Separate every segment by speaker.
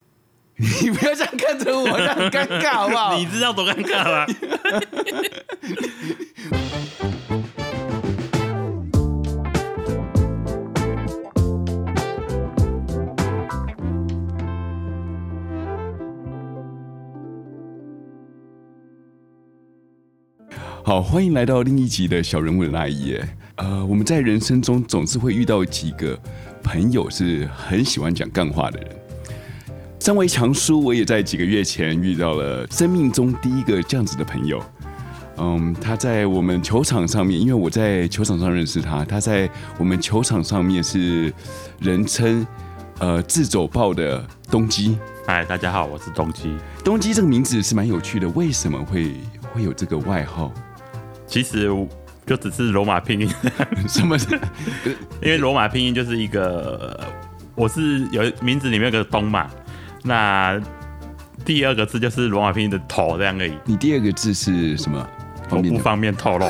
Speaker 1: 你不要这样看着我，这样很尴尬好不 好？
Speaker 2: 你知道多尴尬吗？
Speaker 1: 好，欢迎来到另一集的小人物的那一页。呃，我们在人生中总是会遇到几个朋友是很喜欢讲干话的人。身为强叔，我也在几个月前遇到了生命中第一个这样子的朋友。嗯，他在我们球场上面，因为我在球场上认识他，他在我们球场上面是人称呃自走炮的东基。
Speaker 2: 嗨，大家好，我是东基。
Speaker 1: 东基这个名字是蛮有趣的，为什么会会有这个外号？
Speaker 2: 其实我就只是罗马拼音，
Speaker 1: 什么 是？
Speaker 2: 因为罗马拼音就是一个，呃我是有名字里面有个东嘛，那第二个字就是罗马拼音的头这样而已，
Speaker 1: 你第二个字是什么？
Speaker 2: 我
Speaker 1: 方便的
Speaker 2: 不
Speaker 1: 吗？
Speaker 2: 方 便透露。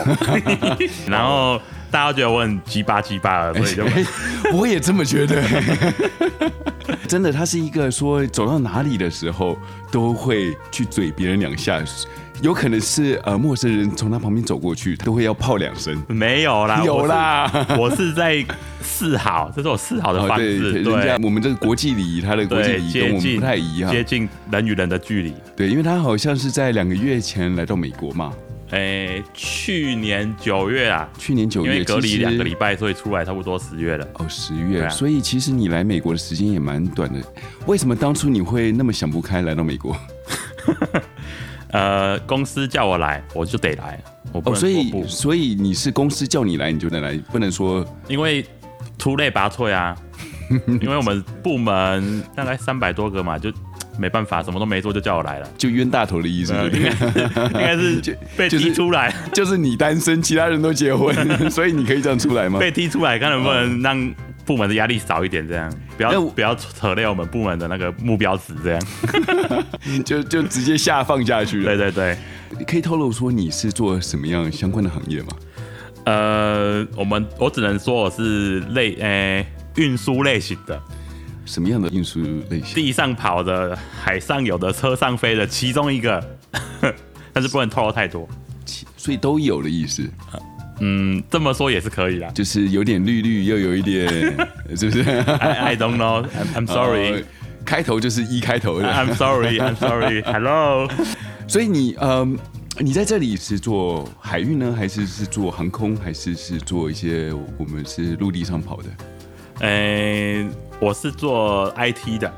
Speaker 2: 然后大家都觉得我很鸡巴鸡巴了，所以 就没
Speaker 1: 我也这么觉得。 真的，他是一个说走到哪里的时候都会去嘴别人两下，有可能是呃陌生人从他旁边走过去，都会要泡两声。
Speaker 2: 没有啦，
Speaker 1: 有啦， 哦
Speaker 2: 我啊是，我是在示好，这是我示好的方
Speaker 1: 对，
Speaker 2: 式，
Speaker 1: 人家
Speaker 2: 对。
Speaker 1: 我们这个国际礼仪，他的国际
Speaker 2: 对，
Speaker 1: 礼仪跟
Speaker 2: 接
Speaker 1: 我们
Speaker 2: 近
Speaker 1: 不太一样。
Speaker 2: 接近人与人的距离。
Speaker 1: 对，因为他好像是在两个月前来到美国嘛，
Speaker 2: 诶、哎去年九月啊，
Speaker 1: 去年九
Speaker 2: 因为
Speaker 1: 月，
Speaker 2: 隔离两个礼
Speaker 1: 拜。
Speaker 2: 拜，所以出来差不多十月了。
Speaker 1: 哦，十月，
Speaker 2: 对啊
Speaker 1: 所以其实你来美国的时间也蛮短的。为什么当初你会那么想不开来到美国？
Speaker 2: 呃，公司叫我来，我就得来，我不
Speaker 1: 哦，
Speaker 2: 能
Speaker 1: 所
Speaker 2: 说
Speaker 1: 以
Speaker 2: 不，
Speaker 1: 所以你是公司叫你来，你就能来，不能说
Speaker 2: 因为出类拔萃 啊。因为我们部门大概三百多个嘛，就没办法，什么都没做就叫我来了，呃
Speaker 1: 就冤大头的意思，对 不
Speaker 2: 应该
Speaker 1: 对？
Speaker 2: 是应该
Speaker 1: 就是
Speaker 2: 被踢出来，
Speaker 1: 就是哦你单身，其他人都结 婚，所以你可以这样出来吗？
Speaker 2: 被踢出来，看能不能让部门的压力少一点，这样不
Speaker 1: 那
Speaker 2: 要
Speaker 1: 我
Speaker 2: 不要扯累我们部门的那个目标值，这样。
Speaker 1: 就就直接下放下去
Speaker 2: 对
Speaker 1: 了。
Speaker 2: 对对。
Speaker 1: 可以透露说你是做什么样相关的行业吗？
Speaker 2: 呃，我们我只能说我是类诶运输类型的，
Speaker 1: 什么样的运输类型？
Speaker 2: 地上跑的、海上有的、车上飞的其中一个， 但是不能透露太多。
Speaker 1: 所以都有的意思，
Speaker 2: 嗯，这么说也是可以啦。
Speaker 1: 就是有点绿绿，又有一点， 是不是
Speaker 2: I I don't know. I'm, I'm
Speaker 1: 哦
Speaker 2: sorry.
Speaker 1: 开头就是一开头的。
Speaker 2: I'm sorry. I'm sorry. Hello.
Speaker 1: 所以你嗯，你在这里是做海运呢，还是是做航空，还是是做一些我们是陆地上跑的
Speaker 2: 诶、我是做 IT 的，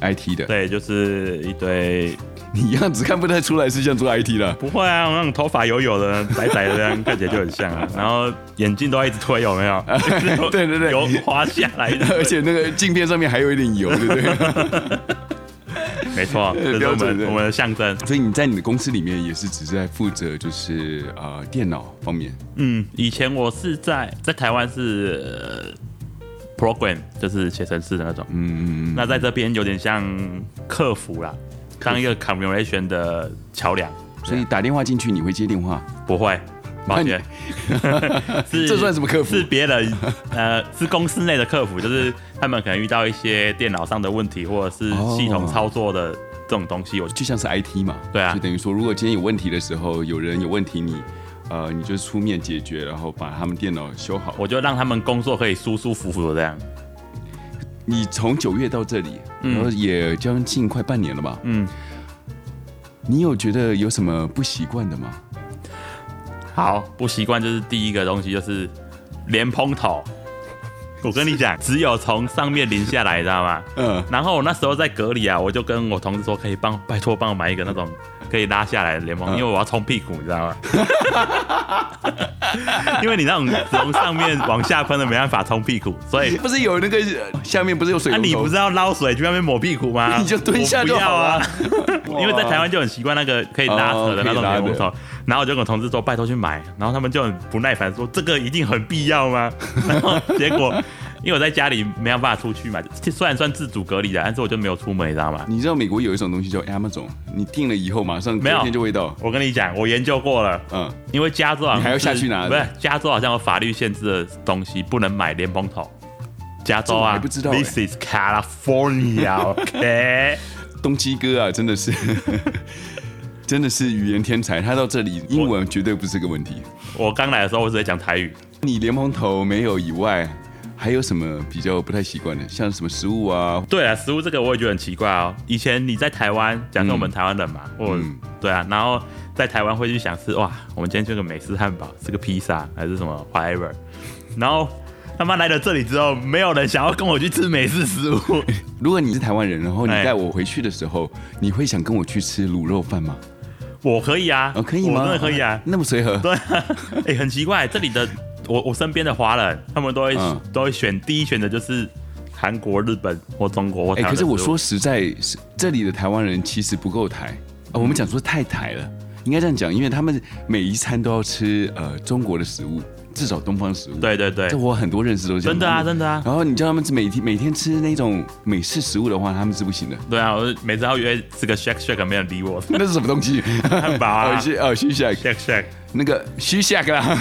Speaker 1: IT 的？
Speaker 2: 对，就是一堆
Speaker 1: 你样子看不太出来是像做 IT 的。
Speaker 2: 不会啊，那种头发油油的、白白的，这样看起来就很像啊。然后眼镜都要一直推，有没有？
Speaker 1: 对对对
Speaker 2: 油滑下来的，
Speaker 1: 而且那个镜片上面还有一点油，对不 对？
Speaker 2: 没错，这是我
Speaker 1: 标准的
Speaker 2: 们我们的象征。
Speaker 1: 所以你在你的公司里面也是只是在负责就是呃电脑方面，
Speaker 2: 嗯，以前我是在在台湾是、呃 program，就是写程式的那种。
Speaker 1: 嗯，
Speaker 2: 那在这边有点像客服啦，当一个 communication 的桥梁。
Speaker 1: 所以打电话进去你会接电话，
Speaker 2: 不会，抱歉，是
Speaker 1: 这算什么客服
Speaker 2: 是别人，呃，是公司内的客服，就是他们可能遇到一些电脑上的问题，或者是
Speaker 1: 哦
Speaker 2: 系统操作的这种东西。我
Speaker 1: 就像是 IT 嘛，
Speaker 2: 对啊
Speaker 1: 就等于说如果今天有问题的时候，有人有问题你。呃，你就出面解决，然后把他们电脑修好。
Speaker 2: 我就让他们工作可以舒舒服服的这样。
Speaker 1: 你从九月到这里，然后也将近快半年了吧？
Speaker 2: 嗯，
Speaker 1: 你有觉得有什么不习惯的吗？
Speaker 2: 好，不习惯就是第一个东西就是莲蓬头。我跟你讲，只有从上面淋下来，你知道吗？
Speaker 1: 嗯，
Speaker 2: 然后我那时候在隔离啊，我就跟我同事说，可以帮拜托帮我买一个那种可以拉下来的联盟，因为我要冲屁股，你知道吗？ 因为你那种从上面往下喷的没办法冲屁股，所以
Speaker 1: 哎不是有那个呃下面不是有水
Speaker 2: 那、
Speaker 1: 龙头？
Speaker 2: 啊你不是要捞水去外面抹屁股吗？
Speaker 1: 你就蹲下就好啊
Speaker 2: 我不要啊，因为在台湾就很习惯那个可以拉扯的那
Speaker 1: 哦可以拉
Speaker 2: 种
Speaker 1: 的
Speaker 2: 联盟头，然后我就跟我同事说拜托去买，然后他们就很不耐烦说这个一定很必要吗？ 然后结果。因为我在家里没有办法出去嘛，虽然算自主隔离的，但是我就没有出门，你知道吗？
Speaker 1: 你知道美国有一种东西叫 Amazon，你订了以后马上
Speaker 2: 没有
Speaker 1: 隔天就会到。
Speaker 2: 我跟你讲，我研究过了，
Speaker 1: 嗯，
Speaker 2: 因为加州好像
Speaker 1: 你还要
Speaker 2: 是
Speaker 1: 下去拿
Speaker 2: 不是加州好像有法律限制的东西，不能买莲蓬头。加
Speaker 1: 这
Speaker 2: 州
Speaker 1: 我
Speaker 2: 啊，
Speaker 1: 还不知道欸
Speaker 2: This is California，OK？、
Speaker 1: 东基哥啊，真的是 真的是语言天才，他到这里英文绝对不是个问题。
Speaker 2: 我刚来的时候，我只会讲台语，
Speaker 1: 你莲蓬头没有以外，还有什么比较不太习惯的？像什么食物啊？
Speaker 2: 对啊，食物这个我也觉得很奇怪哦。以前你在台湾，假设我们台湾人嘛，我、
Speaker 1: 嗯
Speaker 2: 对啊，然后在台湾会去想吃哇，我们今天吃个美式汉堡，吃个披萨还是什么 whatever，然后他妈来了这里之后，没有人想要跟我去吃美式 食物，
Speaker 1: 如果你是台湾人，然后你
Speaker 2: 哎
Speaker 1: 带我回去的时候，你会想跟我去吃卤肉饭吗？
Speaker 2: 我可以啊，
Speaker 1: 哦，可以吗？
Speaker 2: 我真的可以啊，
Speaker 1: 那么随和。
Speaker 2: 对啊，哎、很奇怪，这里的我我身边的华人，他们都会、
Speaker 1: 嗯
Speaker 2: 都会选第一选的就是韩国、日本或中国或台
Speaker 1: 哎、
Speaker 2: 湾、
Speaker 1: 可是我说，实在是，这里的台湾人其实不够台啊、
Speaker 2: 嗯
Speaker 1: 我们讲说太台了，应该这样讲，因为他们每一餐都要吃呃中国的食物，至少东方食物。，
Speaker 2: 对对对
Speaker 1: 这，我很多认识都是这样
Speaker 2: 真的啊，
Speaker 1: 他们
Speaker 2: 真的啊，
Speaker 1: 然后你叫他们每天每天吃那种美式食物的话，他们是不 行的。
Speaker 2: 对啊，我每次要约吃个 shake shake，没人理我，
Speaker 1: 那是什么东西？
Speaker 2: 汉堡 啊
Speaker 1: 哦虚哦虚 下
Speaker 2: shake shake，
Speaker 1: 那个虚下啦。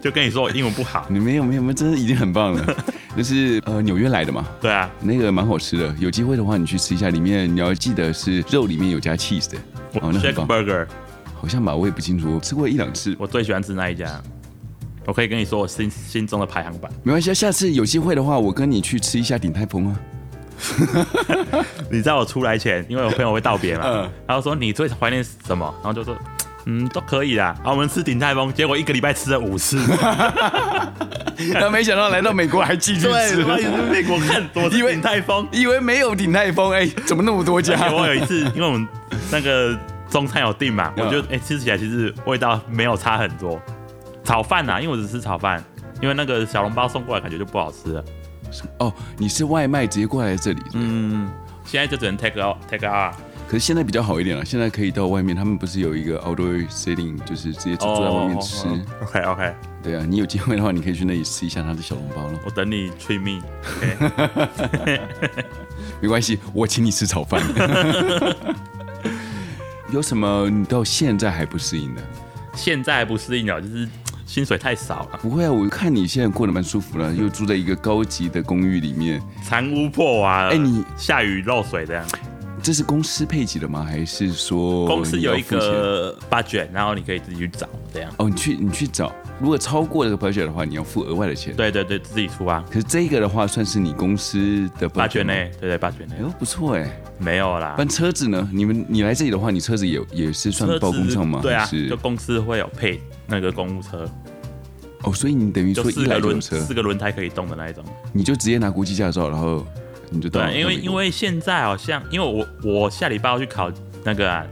Speaker 2: 就跟你说我英文不好，
Speaker 1: 你没有没有没有，真的已经很棒了。 就是呃纽约来的嘛，
Speaker 2: 对啊，
Speaker 1: 那个蛮好吃的，有机会的话你去吃一下，里面你要记得是肉里面有加 cheese 的，
Speaker 2: 我
Speaker 1: 哦那很
Speaker 2: shake
Speaker 1: 棒
Speaker 2: burger，
Speaker 1: 好像吧，我也不清楚，我吃过一两次，
Speaker 2: 我最喜欢吃那一家。我可以跟你说我心心中的排行榜，
Speaker 1: 没关系，下次有机会的话，我跟你去吃一下鼎泰丰 啊。
Speaker 2: 你知道我出来前，因为我朋友会道 别嘛，
Speaker 1: 嗯
Speaker 2: 然后说你最怀念什么，然后就说。嗯，都可以啦。啊，我们吃鼎泰丰，结果一个礼拜吃了五次，
Speaker 1: 那没想到来到美国还继续
Speaker 2: 对，我
Speaker 1: 吃，
Speaker 2: 也是美国看多
Speaker 1: 因
Speaker 2: 是
Speaker 1: 为
Speaker 2: 鼎泰丰。
Speaker 1: 以为没有鼎泰丰，哎，怎么那么多
Speaker 2: 而且
Speaker 1: 家？
Speaker 2: 我有一次， 因为我们那个中餐有订嘛，我
Speaker 1: 嗯
Speaker 2: 觉得哎、诶吃起来其实味道没有差很多。炒饭啊呐、因为我只吃炒饭，因为那个小笼包送过来感觉就不好吃了。
Speaker 1: 哦，你是外卖直接过来这里，嗯，
Speaker 2: 嗯，现在就只能 take out take out。啊
Speaker 1: 可是现在比较好一点了，现在可以到外面，他们不是有一个 outdoor setting，就是直接坐在外面
Speaker 2: 哦
Speaker 1: 吃。
Speaker 2: OK OK，
Speaker 1: 对啊，你有机会的话，你可以去那里吃一下他的小笼包了。
Speaker 2: 我等你 treat me。
Speaker 1: 没关系，我请你吃炒 饭。有什么你到现在还不适应的？
Speaker 2: 现在不适应了，就是嘖薪水太少了，
Speaker 1: 不会啊，我看你现在过得蛮舒服的，又住在一个高级的公寓里面，
Speaker 2: 残屋破瓦了。
Speaker 1: 哎你
Speaker 2: 下雨漏水这样。
Speaker 1: 这是公司配给的吗？还是说
Speaker 2: 公司有一
Speaker 1: 你要付钱？
Speaker 2: 个 budget，然后你可以自己去找这样。
Speaker 1: 哦，你去你去找，如果超过这个 budget 的话，你要付额外的钱。
Speaker 2: 对对对，自己出啊。
Speaker 1: 可是这个的话，算是你公司的
Speaker 2: 八圈
Speaker 1: budget 吗
Speaker 2: 内，对对，八圈内
Speaker 1: 哎呦，不错哎。
Speaker 2: 没有啦
Speaker 1: 不。然车子呢？你们你来这里的话，你车子也也是算包工
Speaker 2: 车
Speaker 1: 账
Speaker 2: 子
Speaker 1: 吗？
Speaker 2: 对啊
Speaker 1: 还，是
Speaker 2: 就公司会有配那个公务车，
Speaker 1: 哦，所以你等于
Speaker 2: 就
Speaker 1: 说一
Speaker 2: 四个
Speaker 1: 来就有
Speaker 2: 轮
Speaker 1: 车，
Speaker 2: 四个轮胎可以动的那一种。
Speaker 1: 你就直接拿国际驾照，然后啊你就到了
Speaker 2: 对，啊因为
Speaker 1: 到美国
Speaker 2: 因为现在好像，因为我我下礼拜要去考那个啊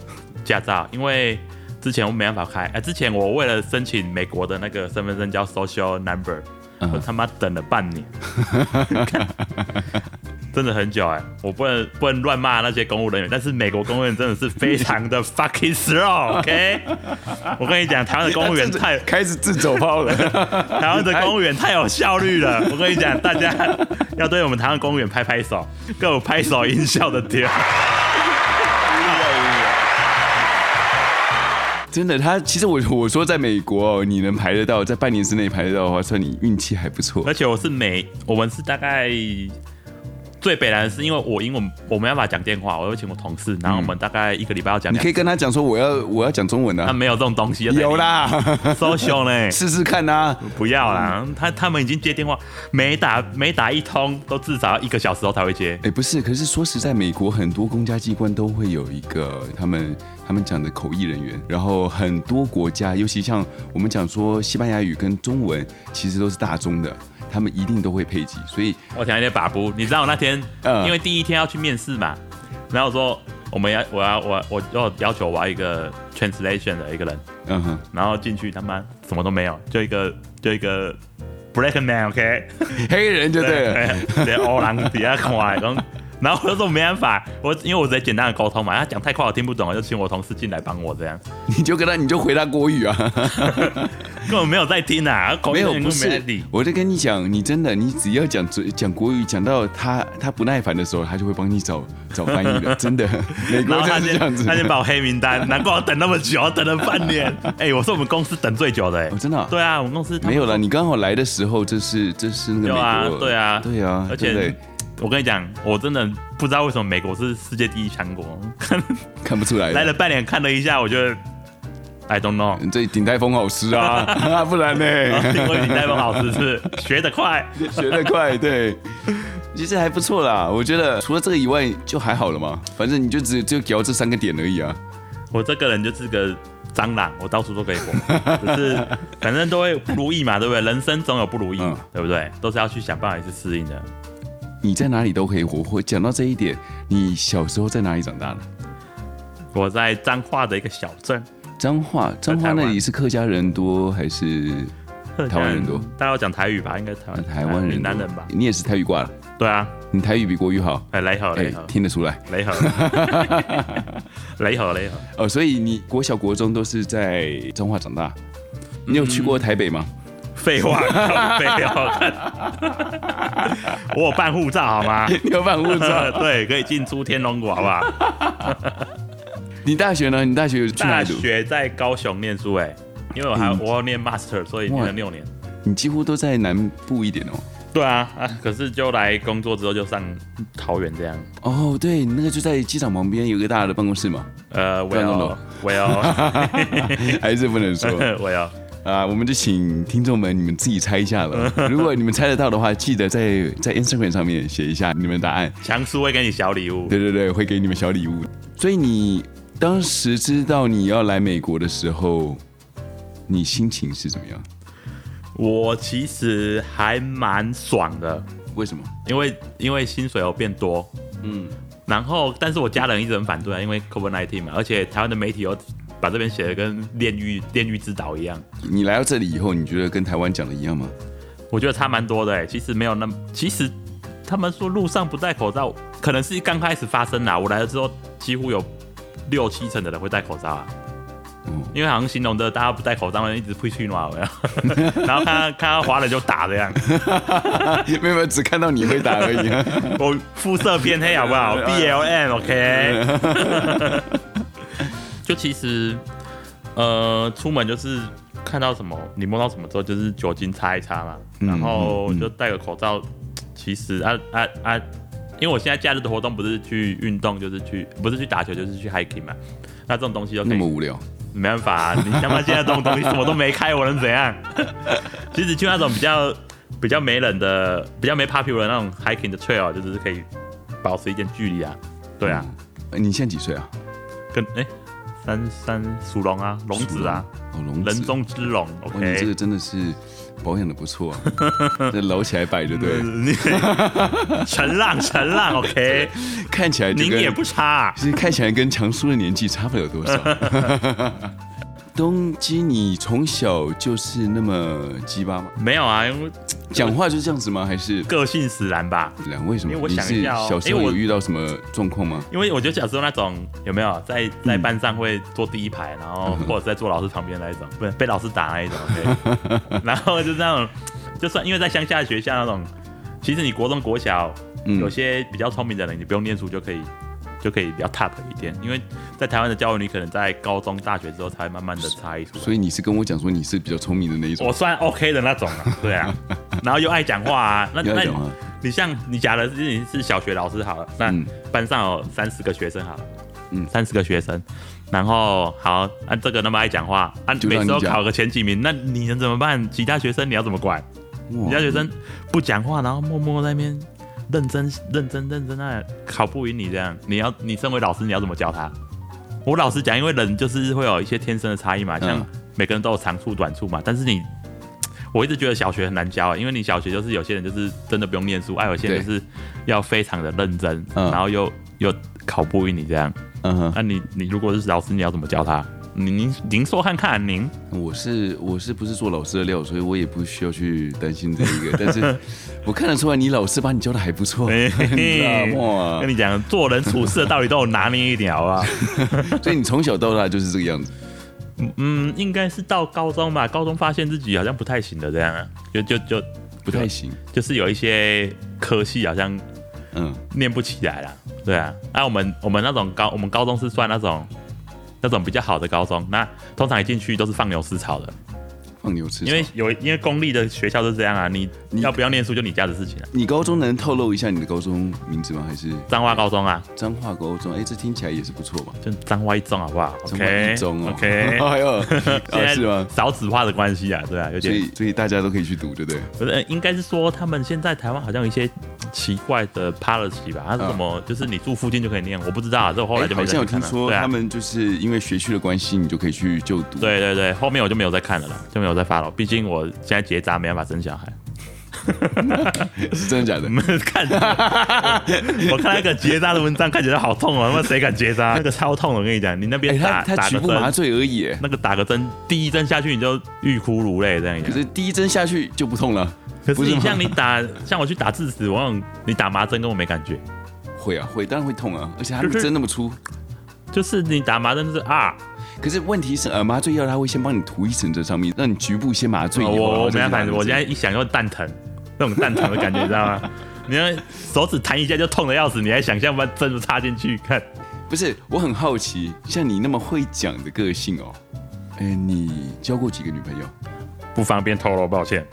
Speaker 2: 驾、照，因为之前我没办法开，哎、之前我为了申请美国的那个身份证叫 Social Number，、
Speaker 1: 嗯
Speaker 2: 我他妈等了半 年，真的很久哎、我不能不能乱骂那些公务人员，但是美国公务员真的是非常的 fucking slow，OK？、我跟你讲，台湾的公务员太
Speaker 1: 开始自走炮 了。
Speaker 2: 台湾的公务员太有效率了，我跟你讲，大家要对我们台湾公务员拍拍手，各有拍手音效的点。
Speaker 1: 真的，他其实我我说在美国哦，你能排得到，在半年之内排得到的话，算你运气还不错
Speaker 2: 而。且我是每我们是大概最北南是因为我英文我没办法讲电话，我会请我同事，然后我们大概一个礼拜要讲
Speaker 1: 你
Speaker 2: 两
Speaker 1: 可以跟他讲说我要我要讲中文
Speaker 2: 那
Speaker 1: 啊，
Speaker 2: 没有这种东西，
Speaker 1: 有，啦，
Speaker 2: social 嘞，
Speaker 1: 试试看啊呐。
Speaker 2: 不要啦，他他们已经接电话，每打每打一通都至少要一个小时后才会接。
Speaker 1: 哎，不是，可是说实在，美国很多公家机关都会有一个他们他们讲的口译人员，然后很多国家，尤其像我们讲说西班牙语跟中文，其实都是大宗的，他们一定都会配给，所以
Speaker 2: 我讲一些把布，你知道我那天，
Speaker 1: 嗯
Speaker 2: 因为第一天要去面试嘛，然后我说我们要我要我我要要求我要一个 translation 的一个人，
Speaker 1: 嗯哼，
Speaker 2: 然后进去他妈什么都没有，就一个就一个 black man，OK，、
Speaker 1: 黑人就对了。
Speaker 2: 对，欧狼底下看我，然后然后我就说没办法，我因为我直接简单的沟通嘛，他讲太快我听不懂，我就请我同事进来帮我这样，
Speaker 1: 你就跟他，你就回答国语啊，
Speaker 2: 根本没有在听啊， 口
Speaker 1: 没
Speaker 2: 音
Speaker 1: 有
Speaker 2: 根
Speaker 1: 不
Speaker 2: 本没在
Speaker 1: 是
Speaker 2: 理，，
Speaker 1: 我就跟你讲，你真的，你只要讲讲国语，讲到他他不耐烦的时候，他就会帮你找找翻译的，真的， 美
Speaker 2: 然
Speaker 1: 国
Speaker 2: 后
Speaker 1: 就
Speaker 2: 他
Speaker 1: 是这
Speaker 2: 先
Speaker 1: 样子
Speaker 2: 他，先把我黑名单，难怪我等那么久，等了半年。哎、我是我们公司等最久的、哎
Speaker 1: 哦，真的啊
Speaker 2: 对啊，我们公司他们
Speaker 1: 没有了。你刚好来的时候，这是这是那个
Speaker 2: 有啊
Speaker 1: 美国，
Speaker 2: 对啊
Speaker 1: 对啊，
Speaker 2: 而
Speaker 1: 对不
Speaker 2: 且
Speaker 1: 对
Speaker 2: 我跟你讲，我真的不知道为什么美国是世界第一强国，
Speaker 1: 看不出来啊
Speaker 2: 来
Speaker 1: 了。
Speaker 2: 了半年看了一下，我觉得 I don't know，
Speaker 1: 这鼎泰丰好吃 啊，不然呢？
Speaker 2: 因为你代表老师是学得快，
Speaker 1: 学得快，对，其实还不错啦。我觉得除了这个以外就还好了嘛，反正你就只只有给到这三个点而已啊。
Speaker 2: 我这个人就是个蟑螂，我到处都可以活，只 是反正都会不如意嘛，对不对？人生总有不如意，
Speaker 1: 嗯
Speaker 2: 对不对？都是要去想办法去适应的。
Speaker 1: 你在哪里都可以活。会讲到这一点，你小时候在哪里长大的？
Speaker 2: 我在彰化的一个小镇，
Speaker 1: 彰化，彰化那里是客家人多还是台湾人多？
Speaker 2: 大家要讲台语吧？应该台
Speaker 1: 呃
Speaker 2: 湾
Speaker 1: 台湾人
Speaker 2: 闽
Speaker 1: 多？
Speaker 2: 南人吧？
Speaker 1: 你也是台语挂了，
Speaker 2: 对啊，
Speaker 1: 你台语比国语好，
Speaker 2: 哎，雷好，
Speaker 1: 哎、
Speaker 2: 雷好，
Speaker 1: 听得出来
Speaker 2: 雷好，雷好，雷好。
Speaker 1: 哦。所以你国小国中都是在彰化长大。你有去
Speaker 2: 嗯
Speaker 1: 过台北吗？
Speaker 2: 废话，靠背哦，我有办护照好吗？
Speaker 1: 你有办护 照？
Speaker 2: 对，可以进出天龙国好不好？
Speaker 1: 你大学呢？你大学有去哪
Speaker 2: 大
Speaker 1: 里读？
Speaker 2: 学在高雄念书哎、因为我还
Speaker 1: 嗯
Speaker 2: 我要念 master，所以念了六年。
Speaker 1: 你几乎都在南部一点哦。
Speaker 2: 对啊啊，可是就来工作之后就上桃园这样。
Speaker 1: 哦，对，你那个就在机场旁边有一个大的办公室 嘛，
Speaker 2: 呃，我
Speaker 1: 办公
Speaker 2: 要
Speaker 1: 楼
Speaker 2: 我要
Speaker 1: 还是不能说
Speaker 2: 我要，
Speaker 1: 啊。我们就请听众们你们自己猜一下了。如果你们猜得到的话，记得在在 Instagram 上面写一下你们的答案。
Speaker 2: 强叔会给你小礼物。
Speaker 1: 对对对，会给你们小礼物。所以你当时知道你要来美国的时候，你心情是怎么样？
Speaker 2: 我其实还蛮爽的，
Speaker 1: 为什么？
Speaker 2: 因为因为薪水有变多，
Speaker 1: 嗯，
Speaker 2: 然后，但是我家人一直很反对啊，因为 COVID 1 9嘛，而且台湾的媒体又把这边写的跟炼狱炼狱之岛一样，
Speaker 1: 你来到这里以后，你觉得跟台湾讲的一样吗？
Speaker 2: 我觉得差蛮多的、欸。其实没有那么，其实他们说路上不戴口罩，可能是刚开始发生啦。我来了之后，几乎有六七成的人会戴口罩啊。
Speaker 1: 嗯
Speaker 2: 因为好像形容的大家不戴口罩，一直会去暖， 然后看到看到华人就打这样，
Speaker 1: 没有，没有，只看到你会打 而已。
Speaker 2: 我肤色偏 黑好不好？BLM OK 。就其实，呃，出门就是看到什么，你摸到什么之后，就是酒精擦一擦嘛，
Speaker 1: 嗯
Speaker 2: 然后
Speaker 1: 嗯嗯
Speaker 2: 就戴个口罩。其实啊啊啊，因为我现在假日的活动不是去运动，就是去不是去打球，就是去 hiking 嘛。那这种东西就可
Speaker 1: 那
Speaker 2: 以
Speaker 1: 么无聊，
Speaker 2: 没办法、你他妈现在这种东西什么都没开，我能怎 样？其实去那种比较比较没人的、比较没 popular 的那种 hiking 的 trail，就只是可以保持一点距离啊。对啊，
Speaker 1: 呃你现在几岁啊？
Speaker 2: 跟哎、三三属龙啊，龙子啊，
Speaker 1: 哦，龙
Speaker 2: 人
Speaker 1: 子。
Speaker 2: 中哎之龙。
Speaker 1: 哇，你这
Speaker 2: OK，
Speaker 1: 个真的是保养的不错、啊， 这搂起来摆着，对，
Speaker 2: 你 承让承让，OK，
Speaker 1: 看起来就
Speaker 2: 您
Speaker 1: 跟
Speaker 2: 也不差啊、
Speaker 1: 其实看起来跟强叔的年纪差不了多少。 东基，你从小就是那么鸡巴吗？
Speaker 2: 没有啊，因为
Speaker 1: 讲话就是这样子吗？还是
Speaker 2: 个性使然吧。
Speaker 1: 两为什么？
Speaker 2: 因为我
Speaker 1: 你
Speaker 2: 想一
Speaker 1: 是
Speaker 2: 下哦
Speaker 1: 小时
Speaker 2: 因
Speaker 1: 候
Speaker 2: 为我
Speaker 1: 有遇到什么状况吗？
Speaker 2: 因为我觉得小时候那种有没有在在班上会坐第一排，然后或者是在坐老师旁边那一种，不是被老师打 那一种，对然后就那种，就算因为在乡下的学校那种，其实你国中国小
Speaker 1: 嗯
Speaker 2: 有些比较聪明的人，你不用念书就可以就可以比较 top 一点，因为在台湾的教育，你可能在高中、大学之后才会慢慢的差异出来。
Speaker 1: 所以你是跟我讲说你是比较聪明的那一种
Speaker 2: 我，算 OK 的那种啊，对啊，然后又爱讲话啊，那
Speaker 1: 你要
Speaker 2: 那
Speaker 1: 讲话，
Speaker 2: 你像你假如是你是小学老师好了，那
Speaker 1: 嗯
Speaker 2: 班上有三十个学生好了，
Speaker 1: 嗯
Speaker 2: 嗯，三十个学生，然后好，按、这个那么爱讲话，按、
Speaker 1: 就让
Speaker 2: 每
Speaker 1: 你
Speaker 2: 次都
Speaker 1: 讲
Speaker 2: 考个前几名，那你能怎么办？其他学生你要怎么管？
Speaker 1: 哇
Speaker 2: 其他学生不讲话，然后默默在那边认真、认真、认真那考不赢你这样，你要你身为老师你要怎么教他？我老实讲，因为人就是会有一些天生的差异嘛，
Speaker 1: 嗯
Speaker 2: 像每个人都有长处短处嘛，但是你。我一直觉得小学很难教、啊因为你小学就是有些人就是真的不用念书，哎、有些人
Speaker 1: 对
Speaker 2: 就是要非常的认真，
Speaker 1: 嗯
Speaker 2: 然后又又考不赢你这样。
Speaker 1: 嗯哼，
Speaker 2: 那、你你如果是老师，你要怎么教他？您您您说看看，您
Speaker 1: 我是我是不是做老师的料，所以我也不需要去担心这一个。 但是我看得出来，你老师把你教的还不错，
Speaker 2: 嘿嘿嘿
Speaker 1: 你知道吗
Speaker 2: 跟你讲，做人处事的道理都有拿捏一点，好不好？
Speaker 1: 所以你从小到大就是这个样子。
Speaker 2: 嗯，应该是到高中吧，高中发现自己好像不太行了，这样啊，就就就
Speaker 1: 不太行。
Speaker 2: 就是有一些科系好像
Speaker 1: 嗯，
Speaker 2: 念不起来了，对啊。那、我们我们那种高，我们高中是算那种那种比较好的高中，那通常一进去都是放牛吃草的，
Speaker 1: 放牛吃草。
Speaker 2: 因为有因为公立的学校都是这样啊，你
Speaker 1: 你
Speaker 2: 要不要念书就你家的事情啊。
Speaker 1: 你高中能透露一下你的高中名字吗？还是
Speaker 2: 彰化高中啊，
Speaker 1: 彰化高中？哎、这听起来也是不错嘛。
Speaker 2: 就彰化一中好不好
Speaker 1: 彰化
Speaker 2: ？OK，
Speaker 1: 一中哦
Speaker 2: OK，
Speaker 1: 哎呦，
Speaker 2: 现
Speaker 1: 啊
Speaker 2: 在
Speaker 1: 是吗？
Speaker 2: 少子化的关系啊，对啊，有
Speaker 1: 所
Speaker 2: 点
Speaker 1: 以所以大家都可以去读，对不对？
Speaker 2: 不是，呃应该是说他们现在台湾好像有一些奇怪的 policy 吧？它是什么？就是你住附近就可以念，我不知道，啊，这我后来
Speaker 1: 嗯
Speaker 2: 就
Speaker 1: 哎好
Speaker 2: 没再
Speaker 1: 像有听
Speaker 2: 看了。
Speaker 1: 说
Speaker 2: 对啊
Speaker 1: 他们就是因为学区的关系，你就可以去就读。，
Speaker 2: 对对对，后面我就没有再看了啦，就没有再发了。毕竟我现在结扎，没办法生小孩。
Speaker 1: 是真的假的
Speaker 2: 你？们 看，我看那个结扎的文章，看起来好痛哦，他妈谁敢结扎？那个超痛的，我跟你讲，你那
Speaker 1: 哎、
Speaker 2: 边打
Speaker 1: 他
Speaker 2: 打
Speaker 1: 他局
Speaker 2: 个
Speaker 1: 部麻
Speaker 2: 针，
Speaker 1: 醉而已耶，
Speaker 2: 那个打个针，第一针下去你就欲哭如泪这样
Speaker 1: 可
Speaker 2: 讲。
Speaker 1: 是第一针下去就不痛了。
Speaker 2: 可
Speaker 1: 不
Speaker 2: 是
Speaker 1: 是
Speaker 2: 你
Speaker 1: 吗
Speaker 2: 像你打，像我去打智齿，我那种你打麻针跟我没感觉，
Speaker 1: 会啊，会，当然会痛啊，而且他们
Speaker 2: 就是
Speaker 1: 针那么粗。
Speaker 2: 就是你打麻针就是啊，
Speaker 1: 可是问题是，呃，麻醉药它会先帮你涂一层这上面，让你局部先麻醉以
Speaker 2: 哦
Speaker 1: 后。然
Speaker 2: 我
Speaker 1: 后
Speaker 2: 我
Speaker 1: 再
Speaker 2: 没
Speaker 1: 去
Speaker 2: 办
Speaker 1: 打
Speaker 2: 法，
Speaker 1: 针
Speaker 2: 我现在一想就蛋疼，那种蛋疼的感觉，你知道吗？ 你那手指弹一下就痛的要死，你还想象把针插进去看？
Speaker 1: 不是，我很好奇，像你那么会讲的个性哦，哎，你交过几个女朋友？
Speaker 2: 不方便透露，抱歉，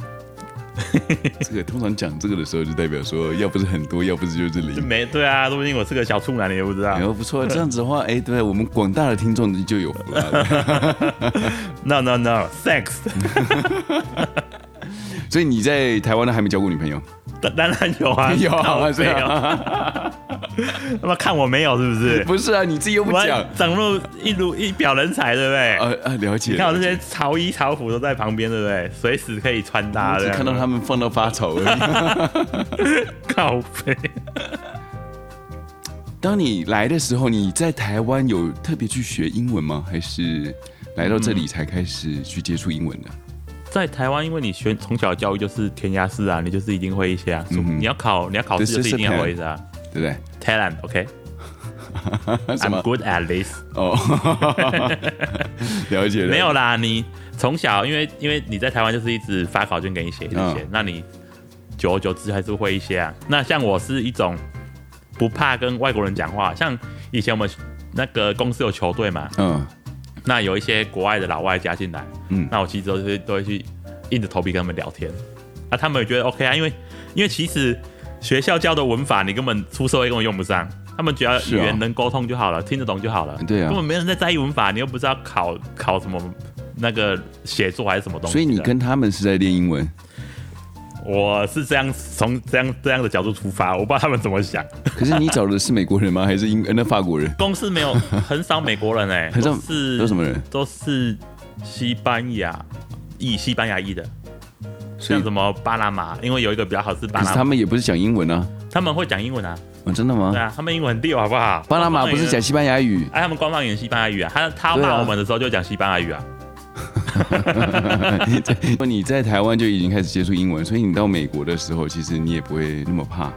Speaker 1: 这个通常讲这个的时候，就代表说，要不是很多，要不是就是
Speaker 2: 就
Speaker 1: 零。
Speaker 2: 没对啊，说不定我是个小处男，你也不知道
Speaker 1: 然。后不错，这样子的话，哎，对我们广大的听众就有福了。
Speaker 2: No no no，sex，
Speaker 1: 所以你在台湾都还没交过女朋友？
Speaker 2: 当当然 有 啊，
Speaker 1: 有啊
Speaker 2: 看我
Speaker 1: 是
Speaker 2: 没有？那么看我没有是不是？
Speaker 1: 不是啊，你自己又不
Speaker 2: 我
Speaker 1: 讲。
Speaker 2: 长入一如一表人才，对不对？
Speaker 1: 呃呃，了解。
Speaker 2: 你看我 这
Speaker 1: 了解
Speaker 2: 些潮衣潮服都在旁边，对不对？随时可以穿搭
Speaker 1: 我只
Speaker 2: 的。
Speaker 1: 看到他们放到发愁而已。
Speaker 2: 靠背。
Speaker 1: 当你来的时候，你在台湾有特别去学英文吗？还是来到这里才开始去接触英文的？
Speaker 2: 在台湾，因为你学从小教育就是填鸭式啊，你就是一定会一些啊。你要考你要考试
Speaker 1: This
Speaker 2: 就是
Speaker 1: is
Speaker 2: 一定
Speaker 1: a
Speaker 2: 要
Speaker 1: talent
Speaker 2: 会的啊。
Speaker 1: 对不对？
Speaker 2: Talent, OK,
Speaker 1: 什
Speaker 2: I'm
Speaker 1: 么？
Speaker 2: good at this。
Speaker 1: 哦， 了解了。
Speaker 2: 没有啦，你从小因为因为你在台湾就是一直发考卷给你写，一直写，那你久而久之还是会一些啊。那像我是一种不怕跟外国人讲话，像以前我们那个公司有球队嘛，
Speaker 1: 嗯，
Speaker 2: 那有一些国外的老外加进来，
Speaker 1: 嗯
Speaker 2: 嗯，那我其实都是都会去硬着头皮跟他们聊天，啊，他们也觉得 OK 啊，因为因为其实学校教的文法你根本出社会根本用不上，他们只要
Speaker 1: 是
Speaker 2: 语
Speaker 1: 啊
Speaker 2: 言能沟通就好了，听得懂就好了，
Speaker 1: 对啊
Speaker 2: 根本没人在在意文法，你又不知道考考什么那个写作还是什么东西
Speaker 1: 所
Speaker 2: 的，
Speaker 1: 以你跟他们是在练英 文，
Speaker 2: 我是这样从这样这样的角度出发，我不知道他们怎么想，
Speaker 1: 可是你找的是美国人吗？还是英呃那法国人？
Speaker 2: 公司没有很少美国人 哎、
Speaker 1: 很少
Speaker 2: 都是
Speaker 1: 有什么人？
Speaker 2: 都是西班牙裔西班牙裔的。
Speaker 1: 所
Speaker 2: 像
Speaker 1: 以
Speaker 2: 什么巴拿马，因为有一个比较好是巴
Speaker 1: 可是
Speaker 2: 拿
Speaker 1: 他
Speaker 2: 马，
Speaker 1: 们也不是讲英文啊？
Speaker 2: 他们会讲英文啊，
Speaker 1: 哦，真的吗
Speaker 2: 对？啊，他们英文很溜，好不好？
Speaker 1: 巴拿马不是
Speaker 2: 官方语言
Speaker 1: 讲，西班牙语？
Speaker 2: 哎，他们官方语言西班牙语啊，他他
Speaker 1: 对啊
Speaker 2: 骂我们的时候就讲西班牙语啊，
Speaker 1: 你在你在台湾就已经开始接触英文，所以你到美国的时候，其实你也不会那么怕。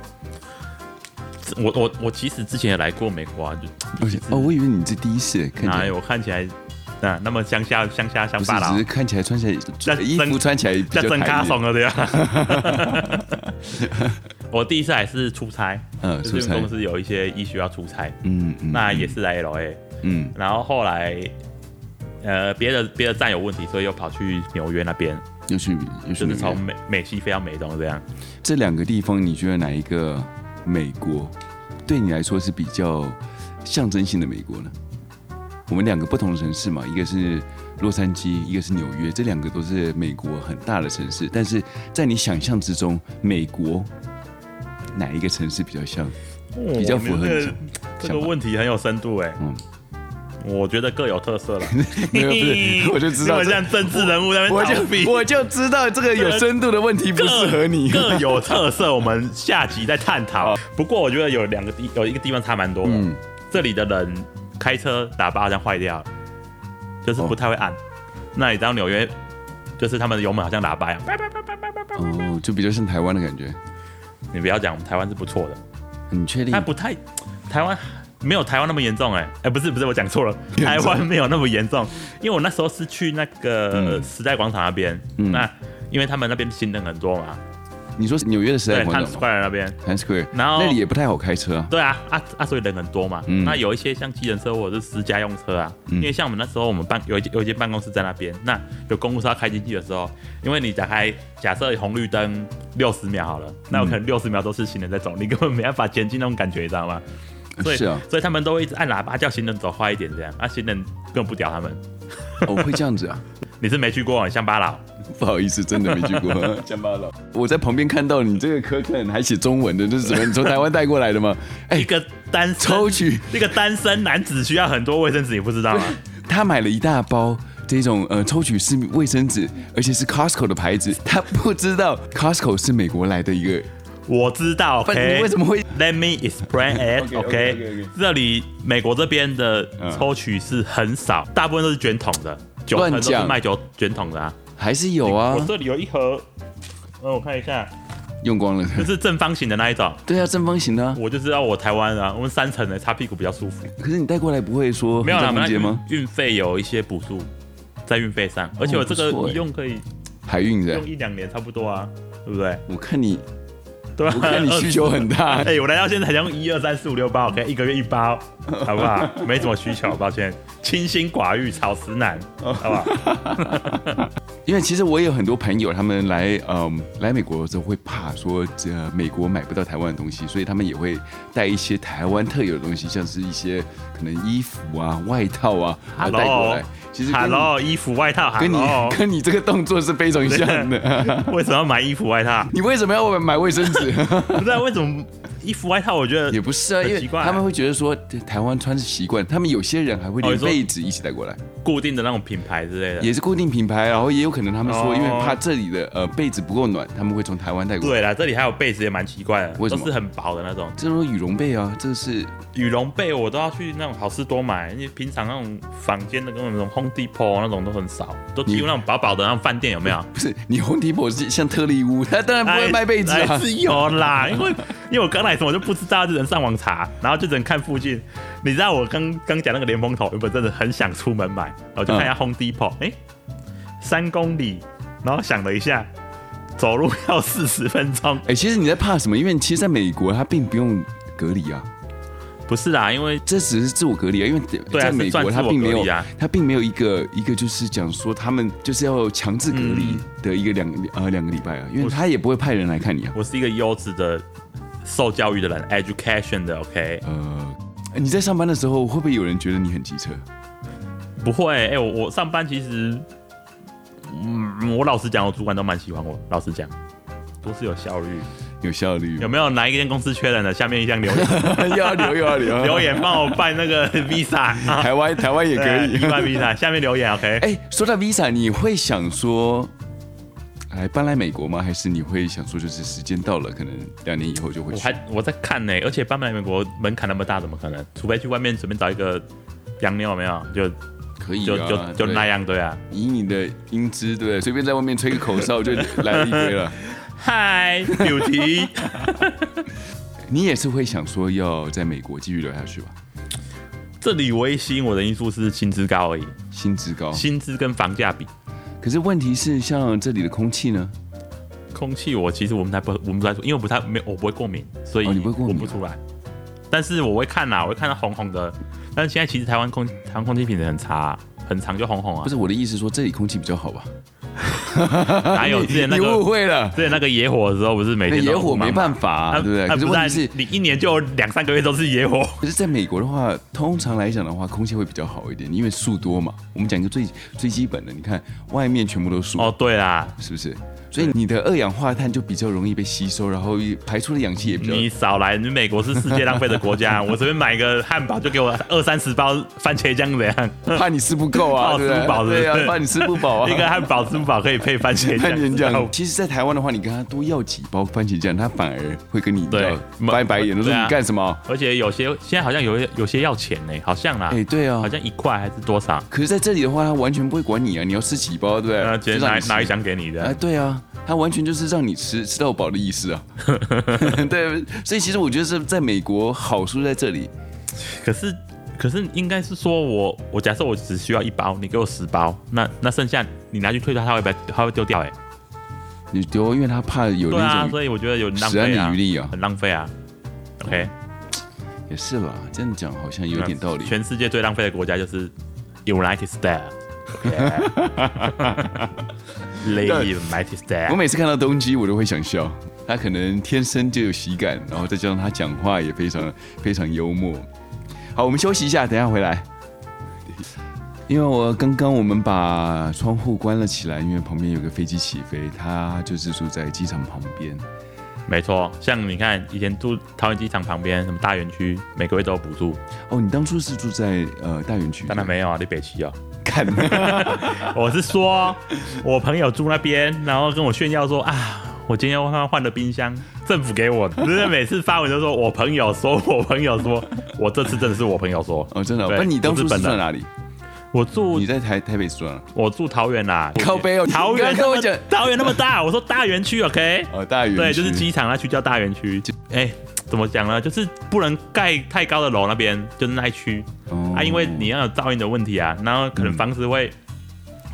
Speaker 2: 我我我其实之前也来过美国啊，就
Speaker 1: 而且哦，我以为你是第一次，看起
Speaker 2: 哪
Speaker 1: 来
Speaker 2: 有我啊看起来，那那么乡下乡下乡
Speaker 1: 不是
Speaker 2: 巴，
Speaker 1: 只
Speaker 2: 佬
Speaker 1: 是，看起来穿起来
Speaker 2: 那
Speaker 1: 衣服
Speaker 2: 真
Speaker 1: 穿起来比
Speaker 2: 那
Speaker 1: 较
Speaker 2: 真卡
Speaker 1: 台
Speaker 2: 怂
Speaker 1: 一。
Speaker 2: 了对啊。 我第一次还是出差，
Speaker 1: 嗯，
Speaker 2: 就
Speaker 1: 出
Speaker 2: 是因为
Speaker 1: 差
Speaker 2: 公。司有一些医需要出差，
Speaker 1: 嗯嗯，
Speaker 2: 那也是来哎 L A，
Speaker 1: 嗯
Speaker 2: 然后后来，呃，别的别的站有问题，所以又跑去纽约那边，
Speaker 1: 又去又去
Speaker 2: 就是
Speaker 1: 美国
Speaker 2: 从。美美西飞到美东这样。
Speaker 1: 这两个地方，你觉得哪一个美国对你来说是比较象征性的美国呢？我们两个不同的城市嘛，一个是洛杉矶，一个是纽约，这两个都是美国很大的城市。但是在你想象之中，美国哪一个城市比较像？比较符合你
Speaker 2: 这
Speaker 1: 想
Speaker 2: 个这
Speaker 1: 想
Speaker 2: 个
Speaker 1: 法
Speaker 2: 问题很有深度哎，
Speaker 1: 嗯，
Speaker 2: 我觉得各有特色了。
Speaker 1: 没有不是，我就知道
Speaker 2: 你们
Speaker 1: 这，
Speaker 2: 像政治人物在那
Speaker 1: 我
Speaker 2: 边逃避
Speaker 1: 就。我 就知道这个有深度的问题不适合你。
Speaker 2: 各有特色，我们下集再探讨。不过我觉得有两个地，有一个地方差蛮多的。
Speaker 1: 嗯
Speaker 2: 这里的人开车喇叭好像坏掉了，就是
Speaker 1: 哦
Speaker 2: 不太会按。那你知道纽约，就是他们的油门好像喇叭一样。
Speaker 1: 哦，就比较像台湾的感觉。
Speaker 2: 你不要讲，我们台湾是不错的，
Speaker 1: 嗯你确定
Speaker 2: 但？不太台湾没有台湾那么严重哎、哎、不是不是，我讲错了，
Speaker 1: 严重
Speaker 2: 台湾没有那么严重，因为我那时候
Speaker 1: 嗯
Speaker 2: 是去那个时代广场那边，那因为他们那边新人很多嘛，
Speaker 1: 你说纽约的时代
Speaker 2: 对
Speaker 1: 广场
Speaker 2: ，Times
Speaker 1: 吗
Speaker 2: Square 那边，
Speaker 1: ？Times Square，
Speaker 2: 然后
Speaker 1: 那里也不太好开车啊。
Speaker 2: 对啊，啊啊，所以人很多嘛。
Speaker 1: 嗯
Speaker 2: 那有一些像机人车或者是私家用车啊，因为像我们那时候我们办有一有一间办公室在那边，那有公务车要开进去的时候，因为你打开假设红绿灯六十秒好了，
Speaker 1: 嗯
Speaker 2: 那有可能六十秒都是行人在走，你根本没办法前进那种感觉，你知道吗？所以
Speaker 1: 是啊，
Speaker 2: 所以他们都会一直按喇叭叫行人走快一点，这样啊，行人根本不屌他们。
Speaker 1: 哦，会这样子啊。
Speaker 2: 你是没去过乡巴佬？
Speaker 1: 不好意思，真的没去过 乡巴佬。我在旁边看到你这个科肯还写中文的，这是怎么？你从台湾带过来的 吗？哎、
Speaker 2: 一个单身
Speaker 1: 抽取
Speaker 2: 一个单身男子需要很多卫生纸，你不 知道吗？
Speaker 1: 他买了一大包这种呃抽取式卫生纸，而且是 Costco 的牌子。他不知道 Costco 是美国来的一个，
Speaker 2: 我知道
Speaker 1: 不然
Speaker 2: ，OK？
Speaker 1: 你为什么会？
Speaker 2: Let me explain it.
Speaker 1: OK，OK，OK，OK
Speaker 2: OK，这里美国这边的抽取是很少，大部分都是卷筒的，九成
Speaker 1: 乱
Speaker 2: 都
Speaker 1: 讲
Speaker 2: 是卖酒卷筒的啊。
Speaker 1: 还是有啊
Speaker 2: 我，这里有一盒，呃，我看一下，
Speaker 1: 用光了。
Speaker 2: 就是正方形的那一种。
Speaker 1: 对啊，正方形的啊、
Speaker 2: 我就知道我台湾啊，我们三层的擦屁股比较舒服。
Speaker 1: 可是你带过来不会说
Speaker 2: 没有啦，我
Speaker 1: 很
Speaker 2: 们
Speaker 1: 章节
Speaker 2: 那
Speaker 1: 吗？
Speaker 2: 运运费有一些补助在运费上，而且我这个
Speaker 1: 不错欸
Speaker 2: 一用可以
Speaker 1: 海运的
Speaker 2: 用，一两年差不多啊，对不对？
Speaker 1: 我看 你，
Speaker 2: 对吧？
Speaker 1: 我 看你需求很大
Speaker 2: 哎、。我来到现在才用一二三四五六包，OK，一个月一包，好 不好？没什么需求，抱歉，清心寡欲，草食男，
Speaker 1: 哦
Speaker 2: 好不 好？
Speaker 1: 因为其实我也有很多朋友，他们来嗯来美国的时候会怕说，这美国买不到台湾的东西，所以他们也会带一些台湾特有的东西，像是一些可能衣服啊、外套啊，啊
Speaker 2: Hello
Speaker 1: 带过来。其实跟你
Speaker 2: Hello，衣服外套
Speaker 1: 跟你
Speaker 2: ，Hello，
Speaker 1: 跟你这个动作是非常像的。
Speaker 2: 为什么要买衣服外套？
Speaker 1: 你为什么要买卫生 纸？
Speaker 2: 不知道为什么衣服外套，我觉得
Speaker 1: 也不是啊，因
Speaker 2: 很
Speaker 1: 为
Speaker 2: 奇怪
Speaker 1: 他们会觉得说台湾穿是习惯，他们有些人还会
Speaker 2: 哦
Speaker 1: 连
Speaker 2: 你说
Speaker 1: 被子一起带过来，
Speaker 2: 固定的那种品牌之类的。
Speaker 1: 也是固定品牌，然后也有可能他们说，
Speaker 2: 哦
Speaker 1: 因为怕这里的呃被子不够暖，他们会从台湾带过来。
Speaker 2: 对啦，这里还有被子也蛮奇怪的，
Speaker 1: 为什
Speaker 2: 都
Speaker 1: 么
Speaker 2: 是很薄的那种
Speaker 1: 这种羽绒被啊，这个是
Speaker 2: 羽绒被，我都要去那种好事多买，因为平常那种房间的跟那种 Home Depot 那种都很少，都提供那种薄薄的那种饭店有没有？
Speaker 1: 不是你红提婆是像特例屋，他当然不会卖被子
Speaker 2: 哎
Speaker 1: 啊。
Speaker 2: 是有啦，因为因为我刚来的时候我就不知道，就只能上网查，然后就只能看附近。你知道我刚刚讲那个连峰头，原本真的很想出门买，我就看一下 Home Depot，哎、三公里，然后想了一下，走路要四十分钟，
Speaker 1: 哎、其实你在怕什么？因为其实在美国，他并不用隔离啊，
Speaker 2: 不是啦，因为
Speaker 1: 这只是自我隔离啊。因为
Speaker 2: 对啊
Speaker 1: 在美国，
Speaker 2: 是算自
Speaker 1: 他
Speaker 2: 我
Speaker 1: 并没
Speaker 2: 隔
Speaker 1: 有
Speaker 2: 离啊
Speaker 1: 他并没有一个一个就是讲说他们就是要强制隔
Speaker 2: 嗯
Speaker 1: 离的一个两、呃两个礼拜啊，因为他也不会派人来看你啊。
Speaker 2: 我是一个优质的受教育的人，education 的，OK，
Speaker 1: 呃，你在上班的时候会不会有人觉得你很机车？
Speaker 2: 不会，哎、我我上班其实，嗯，我老实讲，我主管都蛮喜欢我，老实讲，都是有效率。
Speaker 1: 有效率
Speaker 2: 有没有哪一间公司缺人的？下面一项留言，
Speaker 1: 有？ 要留又要留，
Speaker 2: 留言帮我办那个 visa 啊，
Speaker 1: 台湾台湾也可以
Speaker 2: 对。办 visa，下面留言 OK。
Speaker 1: 哎、说到 Visa，你会想说，哎，搬来美国吗？还是你会想说，就是时间到了，可能两年以后就会
Speaker 2: 我
Speaker 1: 去？
Speaker 2: 还我在看呢、而且搬来美国门槛那么大，怎么可能？除非去外面随便找一个洋妞，有没有？就
Speaker 1: 可以、
Speaker 2: 就
Speaker 1: 啊，
Speaker 2: 就就
Speaker 1: 对
Speaker 2: 那。样，对啊。
Speaker 1: 以你的英姿，对不对？随便在外面吹个口哨就来了一堆 了。
Speaker 2: 嗨，beauty，
Speaker 1: 你也是会想说要在美国继续留下去吧？
Speaker 2: 这里唯一吸引我的因素是薪资高而已，
Speaker 1: 薪资高，
Speaker 2: 薪资跟房价比，
Speaker 1: 可是问题是，像这里的空气呢？
Speaker 2: 空气我其实闻不太不闻不太出，因为我不太没有我不会过敏，所以
Speaker 1: 哦你不会过敏
Speaker 2: 闻不出来。但是我会看啦，我会看到红红的。但是现在其实台湾空台湾空气品质很差啊、很长就红红啊
Speaker 1: 不，是我的意思，说这里空气比较好吧？
Speaker 2: 哪有之前那
Speaker 1: 啊你误
Speaker 2: 个
Speaker 1: 会了，
Speaker 2: 之前那个野火的时候不是每
Speaker 1: 那
Speaker 2: 天都
Speaker 1: 野火
Speaker 2: 很忙
Speaker 1: 没办法、
Speaker 2: 啊
Speaker 1: 啊，对不对？可是
Speaker 2: 不
Speaker 1: 问
Speaker 2: 然
Speaker 1: 题是，
Speaker 2: 你一年就有两三个月都是野 火，
Speaker 1: 可是，在美国的话，通常来讲的话，空气会比较好一点，因为树多嘛。我们讲一个最最基本的，你看外面全部都树，
Speaker 2: 哦对啦，
Speaker 1: 是不是？所以你的二氧化碳就比较容易被吸收，然后排出的氧气也比较。
Speaker 2: 你少来，你美国是世界浪费的 国家，我随便买个汉堡就给我二三十包番茄酱怎样？
Speaker 1: 怕你吃不够啊，
Speaker 2: 怕
Speaker 1: 对不
Speaker 2: 吃不饱
Speaker 1: 对？对
Speaker 2: 是不
Speaker 1: 啊，
Speaker 2: 是
Speaker 1: 怕你吃不饱啊。
Speaker 2: 一个汉堡吃不饱可以配番茄
Speaker 1: 番茄酱
Speaker 2: 酱，，
Speaker 1: 其实，在台湾的话，你跟他多要几包番茄酱，他反而会跟你
Speaker 2: 对
Speaker 1: 要掰白眼，都说
Speaker 2: 对啊
Speaker 1: 你干什么？
Speaker 2: 而且有些现在好像有些有些要钱呢、好像啦，
Speaker 1: 哎，对啊
Speaker 2: 好。像一块还是多少？
Speaker 1: 可是，在这里的话，他完全不会管你啊，你要吃几包，对不
Speaker 2: 呃，
Speaker 1: 对？就
Speaker 2: 直接
Speaker 1: 让
Speaker 2: 拿
Speaker 1: 你吃
Speaker 2: 拿一箱给你的。
Speaker 1: 啊，对啊，他完全就是让你吃吃到饱的意思 啊。对，所以其实我觉得是在美国好处在这里，
Speaker 2: 可是可是应该是说我我假设我只需要一包，你给我十包，那那剩下你拿去退掉，它会不会它会丢掉、欸？哎，
Speaker 1: 你哦丢，因为他怕有
Speaker 2: 对啊
Speaker 1: 那，种
Speaker 2: 所以我觉得有浪
Speaker 1: 食安
Speaker 2: 费啊
Speaker 1: 的余，力啊。
Speaker 2: 很浪费啊。OK，
Speaker 1: 也是啦，这样讲好像哎有点道理。
Speaker 2: 全世界最浪费的国家就是 United States。Lady United
Speaker 1: 我
Speaker 2: States，
Speaker 1: 每次看到东基，我都会想笑。他可能天生就有喜感，然后再加上他讲话也非常非常幽默。好，我们休息一下，等一下回来。因为我刚刚我们把窗户关了起来，因为旁边有个飞机起飞，他就是住在机场旁边。
Speaker 2: 没错。像你看，以前住桃园机场旁边，什么大园区，每个月都有补助，
Speaker 1: 哦，你当初是住在呃大园区？
Speaker 2: 当然没有啊，你北齐哦。
Speaker 1: 看，
Speaker 2: 我是说，我朋友住那边，然后跟我炫耀说啊，我今天换换了冰箱，政府给我 的。就是每次发文都说我朋友说，我朋友说，我这次真的是我朋友说，
Speaker 1: 哦，真的哦。
Speaker 2: 对
Speaker 1: 那你当初
Speaker 2: 不
Speaker 1: 是
Speaker 2: 是
Speaker 1: 住
Speaker 2: 本人
Speaker 1: 在哪里？
Speaker 2: 我住
Speaker 1: 你在台台北住哪？
Speaker 2: 我住桃园啦，
Speaker 1: 靠北哦
Speaker 2: 桃
Speaker 1: 你刚
Speaker 2: 园
Speaker 1: 刚跟我
Speaker 2: 那么
Speaker 1: 讲
Speaker 2: 桃园那么大，我说大园区 OK，
Speaker 1: 哦，大园区。
Speaker 2: 对，就是机场那区叫大园区，就哎、怎么讲呢？就是不能盖太高的楼，那边就是那一区、
Speaker 1: 哦
Speaker 2: 啊，因为你要有噪音的问题啊，然后可能房子会、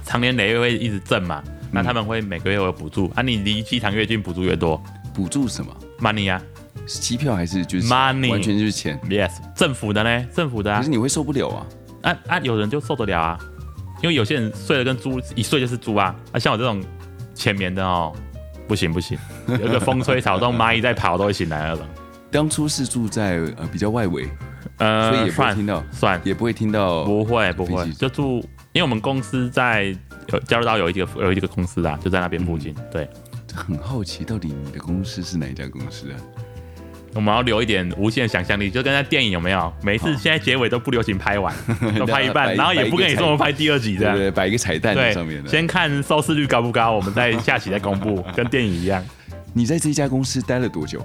Speaker 2: 常年累月会一直震嘛，
Speaker 1: 嗯
Speaker 2: 那他们会每个月有补助啊，你离机场越近补助越多
Speaker 1: 补助什么？
Speaker 2: ，money 啊
Speaker 1: 是机票还是就是
Speaker 2: Money
Speaker 1: 完全就是钱。
Speaker 2: ，yes，政府的呢，政府的
Speaker 1: 可
Speaker 2: 啊
Speaker 1: 是，你会受不了啊！
Speaker 2: 啊啊，有人就受得了啊，因为有些人睡得跟猪一睡就是猪啊，啊，像我这种浅眠的哦，不行不行，有一个风吹草动，蚂蚁在跑都会醒来那种，
Speaker 1: 当初是住在呃比较外围，
Speaker 2: 呃，
Speaker 1: 所以也不会
Speaker 2: 算
Speaker 1: 听到，
Speaker 2: 算
Speaker 1: 也不会听到。
Speaker 2: 不会不
Speaker 1: 哦飞
Speaker 2: 会，
Speaker 1: 机哦
Speaker 2: 就住，因为我们公司在有加入到有一个有一个公司啊，就在那边附近。
Speaker 1: 嗯
Speaker 2: 对，
Speaker 1: 很好奇，到底你的公司是哪一家公司啊？
Speaker 2: 我们要留一点无限想象力，就跟那电影有没有？每一次
Speaker 1: 哦
Speaker 2: 现在结尾都不流行拍 完，都拍一
Speaker 1: 摆
Speaker 2: 半，然后也不跟你说我们
Speaker 1: 摆
Speaker 2: 拍第二集这
Speaker 1: 对
Speaker 2: 样
Speaker 1: 不。对，摆一个彩蛋在
Speaker 2: 啊对
Speaker 1: 上面，的。
Speaker 2: 先看收视率高不高，我们再下期再 公布，跟电影一样。
Speaker 1: 你在这家公司待了多久？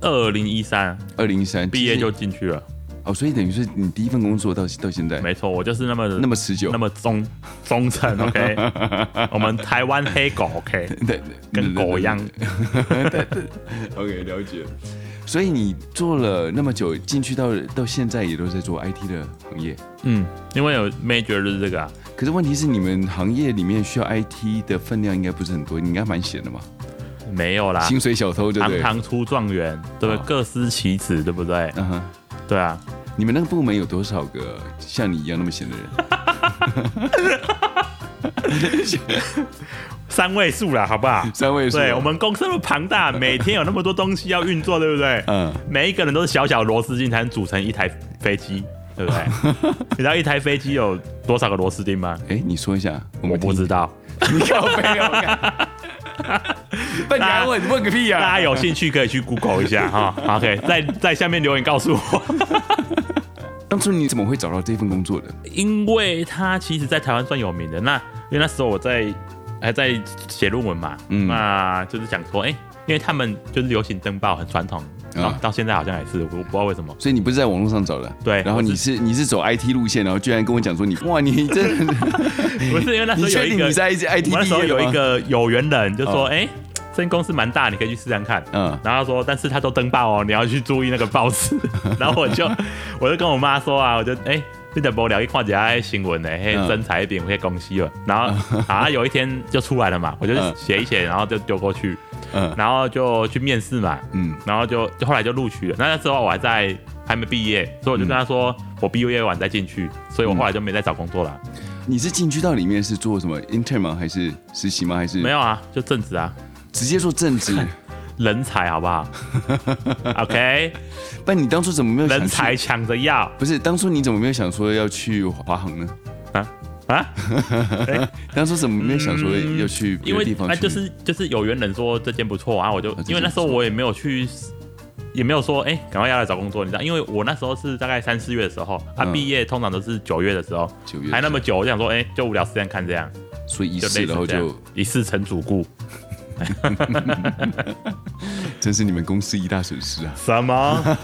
Speaker 2: 二零一三
Speaker 1: 二零一三
Speaker 2: 毕业就进去了，
Speaker 1: 哦，所以等于是你第一份工作到到现在
Speaker 2: 没错，我就是那么
Speaker 1: 哎那么持久，
Speaker 2: 那么忠忠诚。OK，我们台湾黑狗 OK，
Speaker 1: 对
Speaker 2: 跟狗一样。。
Speaker 1: OK，了解。所以你做了那么久，进去到到现在也都在做 IT 的行业。
Speaker 2: 嗯，因为有 major 就是这个啊，
Speaker 1: 可是问题是，你们行业里面需要 IT 的分量应该不是很多，你应该蛮闲的嘛。
Speaker 2: 没有啦，
Speaker 1: 薪水小偷，对不
Speaker 2: 行
Speaker 1: 对？
Speaker 2: 行出状元，对不
Speaker 1: 哦
Speaker 2: 对？各司其职，对不对？
Speaker 1: 嗯哼，
Speaker 2: 对啊，
Speaker 1: 你们那个部门有多少个像你一样那么闲的 人？
Speaker 2: 三位数啦，好不好？
Speaker 1: 三位数。啊
Speaker 2: 对我，们公司那么庞大，每天有那么多东西要运作，对 不对？
Speaker 1: 嗯，
Speaker 2: 每一个人都是小小螺丝钉才能组成一台飞机，对不对？ 你知道一台飞机有多少个螺丝钉吗？
Speaker 1: 哎，你说一下，我
Speaker 2: 我
Speaker 1: 们
Speaker 2: 不知道。
Speaker 1: 听，你 靠背 啊！那你还问问个屁
Speaker 2: 大
Speaker 1: 啊！
Speaker 2: 家有兴趣可以去 Google 一下哈。OK，在在下面留言告诉我。
Speaker 1: 当初你怎么会找到这份工作的？
Speaker 2: 因为他其实在台湾算有名的。那因为那时候我在还在写论文嘛，
Speaker 1: 嗯
Speaker 2: 那就是想说，哎、因为他们就是流行登报很传统，到、
Speaker 1: 啊
Speaker 2: 到现在好像也是，我不知道 为什么。
Speaker 1: 所以你不是在网络上找的，
Speaker 2: 对
Speaker 1: 然后你是你是走 IT 路线，然后居然跟我讲说你哇，你真的，
Speaker 2: 不是因为那 时
Speaker 1: 你
Speaker 2: 候有
Speaker 1: 确
Speaker 2: 一
Speaker 1: 定
Speaker 2: 个
Speaker 1: 你，在 IT
Speaker 2: 我那
Speaker 1: 毕
Speaker 2: 时候
Speaker 1: 业的
Speaker 2: 有
Speaker 1: 吗
Speaker 2: 一，个有缘人就说，
Speaker 1: 啊
Speaker 2: 哎、这间公司蛮大，你可以去试试看。
Speaker 1: 嗯，
Speaker 2: 然后他说，但是他都登报哦，你要去注意那个报纸。 然后我就我就跟我妈说啊，我就哎。你等无聊去看一下哎新闻呢，嘿，
Speaker 1: 嗯
Speaker 2: 真材饼迄公司了。然后 啊，有一天就出来了嘛，我就
Speaker 1: 嗯
Speaker 2: 写一写，然后就丢过去，
Speaker 1: 嗯
Speaker 2: 然后就去面试嘛，
Speaker 1: 嗯
Speaker 2: 然后就就后来就录取了。那那时候我还在还没毕业，所以我就跟他说，
Speaker 1: 嗯
Speaker 2: 我毕业晚再进去，所以我后来就没再找工作了。
Speaker 1: 你是进去到里面是做什么 intern 吗？还是实习吗？还是
Speaker 2: 没有啊，就正职啊，
Speaker 1: 直接做正 职？
Speaker 2: 人才好不 好？OK，
Speaker 1: 但你当初怎么没有想
Speaker 2: 人
Speaker 1: 去
Speaker 2: 才抢着要
Speaker 1: 不是，当初你怎么没有想说要去华航 呢？
Speaker 2: 啊！
Speaker 1: 当初怎么没有想说要去别
Speaker 2: 嗯因
Speaker 1: 的
Speaker 2: 为
Speaker 1: 地方去？
Speaker 2: 那就是就是有缘人说这间不错啊，我就
Speaker 1: 这间
Speaker 2: 因为那时候
Speaker 1: 不错
Speaker 2: 我也没有去，也没有说哎，赶、快要来找工作，你知道，因为我那时候是大概三四月的时候，他、
Speaker 1: 嗯
Speaker 2: 毕、业通常都是九月的时候，
Speaker 1: 九月，
Speaker 2: 还那么久，我想说哎、就无聊时间看这样，
Speaker 1: 所以一
Speaker 2: 就
Speaker 1: 试，
Speaker 2: 类
Speaker 1: 然
Speaker 2: 似
Speaker 1: 后
Speaker 2: 这样
Speaker 1: 就
Speaker 2: 一试成主顾，
Speaker 1: 真是你们公司一大损失啊！
Speaker 2: 什么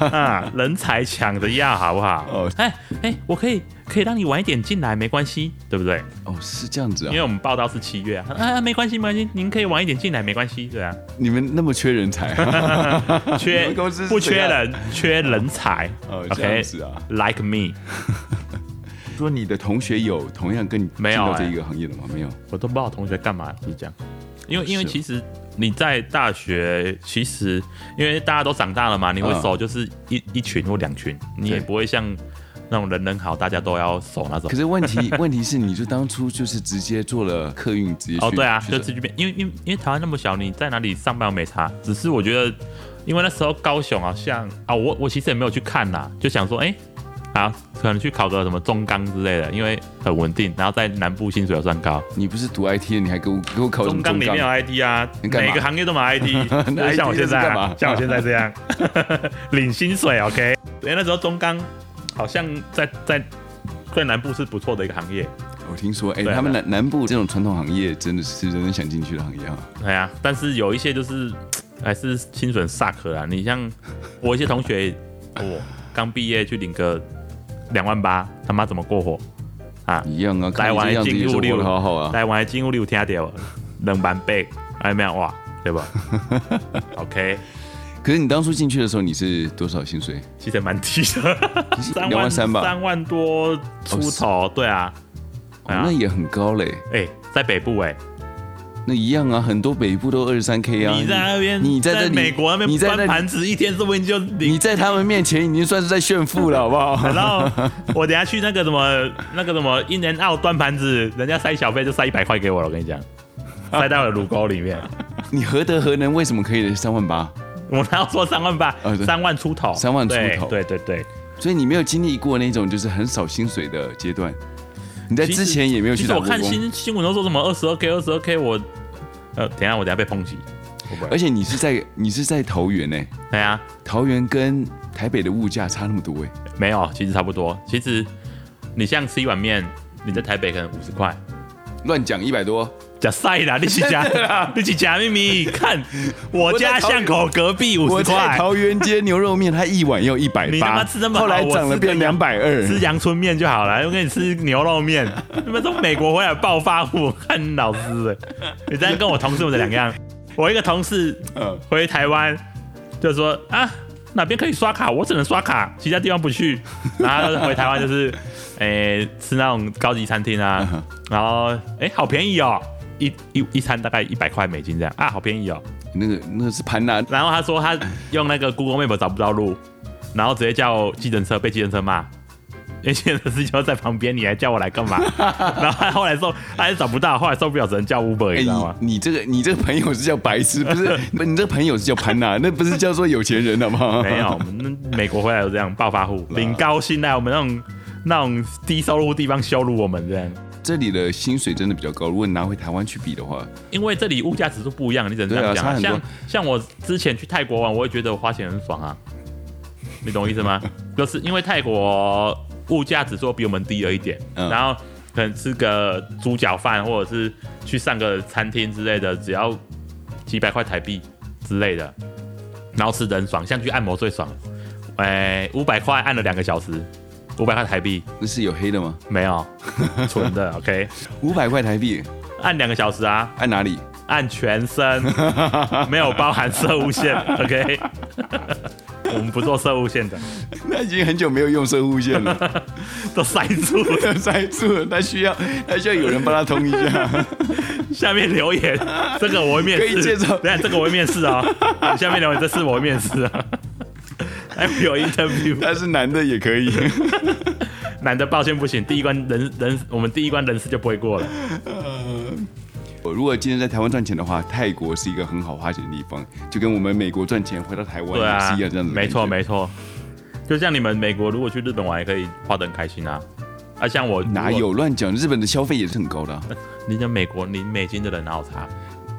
Speaker 2: 啊，人才抢着要好不好
Speaker 1: 哦？
Speaker 2: 哎哎、我可以可以让你晚一点进来，没关系，对不对？
Speaker 1: 哦，是这样子啊
Speaker 2: 因为，我们报道是七月啊，啊，没关系，没关系，您可以晚一点进来，没关系，对啊，
Speaker 1: 你们那么缺人才、 啊，你
Speaker 2: 缺
Speaker 1: 们公司是
Speaker 2: 不缺
Speaker 1: 怎样
Speaker 2: 人， 缺人才
Speaker 1: 哦，这样
Speaker 2: ，OK，
Speaker 1: 子啊。
Speaker 2: Like me，
Speaker 1: 说你的同学有同样跟你
Speaker 2: 没有
Speaker 1: 进到
Speaker 2: 哎
Speaker 1: 这一个行业的吗？没有，
Speaker 2: 我都不知道我同学干嘛，是这样。因为因为
Speaker 1: 是
Speaker 2: 其实你在大学，其实因为大家都长大了嘛，你会
Speaker 1: 嗯
Speaker 2: 守就是一、一群或两群，你也
Speaker 1: 对
Speaker 2: 不会像那种人人好，大家都要守那种
Speaker 1: 可。是问 题问题是，你就当初就是直接做了客运，直接去
Speaker 2: 哦，对啊，
Speaker 1: 去
Speaker 2: 就自己变，因为因为因为台湾那么小，你在哪里上班又没差，只是我觉得，因为那时候高雄好像啊，我我其实也没有去看啦，就想说，哎、啊，可能去考个什么中钢之类的，因为很稳定，然后在南部薪水也算高。
Speaker 1: 你不是读 IT 的，你还给我给我考什么
Speaker 2: 中钢
Speaker 1: 中
Speaker 2: 里面有
Speaker 1: 钢？
Speaker 2: ID 啊，
Speaker 1: 你干嘛
Speaker 2: 每个行业都有 ID，
Speaker 1: 那
Speaker 2: 就是
Speaker 1: ID
Speaker 2: 像我现在、
Speaker 1: 是干
Speaker 2: 啊
Speaker 1: 嘛，
Speaker 2: 像我现在这样领薪水，OK。因为那时候中钢好像在在在南部是不错的一个行业，
Speaker 1: 我听说，哎、
Speaker 2: 对啊
Speaker 1: 他们南南部这种传统行业真的是人人想进去的行业啊。
Speaker 2: 对啊，但是有一些就是还是薪水很 suck 啊。你像我一些同学，我刚毕业去领个两万八，他妈怎么过活？
Speaker 1: 一样啊，
Speaker 2: 台
Speaker 1: 看你
Speaker 2: 湾
Speaker 1: 这样子
Speaker 2: 进
Speaker 1: 也是
Speaker 2: 入
Speaker 1: 活
Speaker 2: 六，
Speaker 1: 得好好啊。
Speaker 2: 台湾进入六听到两万八，哎没有哇，对 吧？OK，
Speaker 1: 可是你当初进去的时候，你是多少薪水？
Speaker 2: 其实也蛮低的，
Speaker 1: 其实
Speaker 2: 三
Speaker 1: 两
Speaker 2: 万
Speaker 1: 万三吧，
Speaker 2: 三万多出头，对啊，
Speaker 1: 哦
Speaker 2: 哎呀
Speaker 1: 那也很高嘞。
Speaker 2: 哎、在北部哎、
Speaker 1: 那一样啊，很多北部都二十三 K 啊。
Speaker 2: 你在那边，
Speaker 1: 你在
Speaker 2: 在
Speaker 1: 这里
Speaker 2: 美国那
Speaker 1: 你
Speaker 2: 边
Speaker 1: 在那
Speaker 2: 搬
Speaker 1: 里
Speaker 2: 盘子，一天说不定就
Speaker 1: 你
Speaker 2: 领
Speaker 1: 你在他们面前已经算是在炫富了，好不好？
Speaker 2: 然后我等下去那个什么那个什么一年澳端盘子，人家塞小费就塞一百块给我了，我跟 你讲，塞到我的乳沟里面。
Speaker 1: 你何德何能？为什么可以三万八？
Speaker 2: 我哪有说三万八
Speaker 1: 哦对？
Speaker 2: 三万出头，
Speaker 1: 三万出头
Speaker 2: 对对对对。
Speaker 1: 所以你没有经历过那种就是很少薪水的阶段，你在
Speaker 2: 其实
Speaker 1: 哎之前也没有
Speaker 2: 其
Speaker 1: 去
Speaker 2: 实
Speaker 1: 打
Speaker 2: 我
Speaker 1: 过
Speaker 2: 看
Speaker 1: 工，
Speaker 2: 新新闻都说什么二十二 k 二十二 k，我呃，等一下我等一下被抨击，会不会
Speaker 1: 而？且你是在你是在桃园呢、
Speaker 2: 对啊，
Speaker 1: 桃园跟台北的物价差那么多哎、
Speaker 2: 没有，其实差不多。其实你像吃一碗面，你在台北可能五十块。
Speaker 1: 乱讲一百多，
Speaker 2: 假晒啦，你去 假，你去假秘密看我家
Speaker 1: 啊我在桃园
Speaker 2: 巷口隔壁五
Speaker 1: 我
Speaker 2: 十
Speaker 1: 在
Speaker 2: 块，
Speaker 1: 桃园街牛肉面，它一碗要一百
Speaker 2: 你他
Speaker 1: 八，
Speaker 2: 妈吃这么好
Speaker 1: 后来涨了变
Speaker 2: 我吃这
Speaker 1: 两
Speaker 2: 样
Speaker 1: 百二，
Speaker 2: 吃阳春面就好了，又给你吃牛肉面，你们从美国回来暴发户，看老师的，你这样跟我同事们的两样。我一个同事
Speaker 1: 嗯，
Speaker 2: 回台湾就说啊，哪边可以刷卡，我只能刷卡，其他地方不去。然后回台湾就是，诶、吃那种高级餐厅
Speaker 1: 嗯
Speaker 2: 啊
Speaker 1: 哼，
Speaker 2: 然后诶、好便宜哦。一一一餐大概一百块美金这样啊，好便宜哦。
Speaker 1: 那个那个是盘拿
Speaker 2: 然后他说他用那个 Google Map 找不到路，然后直接叫计程车，被计程车骂。因为计程车司机就在旁边，你还叫我来干嘛？然后他后来说他还是找不到，后来受不了只能叫 Uber，
Speaker 1: 哎、
Speaker 2: 你知道吗？
Speaker 1: 你你这个你这个朋友是叫白痴，不 是？不，你这个朋友是叫潘娜，那不是叫做有钱人好不好？
Speaker 2: 没有，我们美国回来有这样暴发户，领高薪啊来我们那种那种低收入地方羞辱我们这样。
Speaker 1: 这里的薪水真的比较高，如果你拿回台湾去比的话，
Speaker 2: 因为这里物价指数不一样，你只能这样
Speaker 1: 对啊
Speaker 2: 讲、
Speaker 1: 差很多
Speaker 2: 像像我之前去泰国玩，我会觉得我花钱很爽啊，你懂我意思 吗？就是因为泰国物价指数比我们低了一点，
Speaker 1: 嗯
Speaker 2: 然后可能吃个猪脚饭，或者是去上个餐厅之类的，只要几百块台币之类的，然后吃的很爽。像去按摩最爽，哎、五百块按了两个小时，五百块台币
Speaker 1: 那是有黑的吗？
Speaker 2: 没有，纯的 OK，
Speaker 1: 五百块台币
Speaker 2: 按两个小时啊，
Speaker 1: 按哪里？
Speaker 2: 按全身，没有包含射物线。OK，我们不做射物线的，
Speaker 1: 那已经很久没有用生物线 了，
Speaker 2: 都塞住了。
Speaker 1: 塞住了，他需要他需要有人帮他通一 下。
Speaker 2: 下面留言，这个我会面试。
Speaker 1: 可以介绍
Speaker 2: 等一下这个我会面试啊、哦。下面留言，这是我会面试啊。 还有 interview，
Speaker 1: 他是男的也可以，
Speaker 2: 男的抱歉不行，第一关人人我们第一关人事就不会过了。
Speaker 1: 我呃如果今天在台湾赚钱的话，泰国是一个很好花钱的地方，就跟我们美国赚钱回到台湾
Speaker 2: 对
Speaker 1: 也
Speaker 2: 啊
Speaker 1: 是一样这样子的感觉。
Speaker 2: 没错没错。就像你们美国如果去日本玩也可以花得很开心啊。啊，像我
Speaker 1: 哪？
Speaker 2: 如果
Speaker 1: 有乱讲？日本的消费也是很 高的啊、
Speaker 2: 你讲美国，你美金的人哪有差？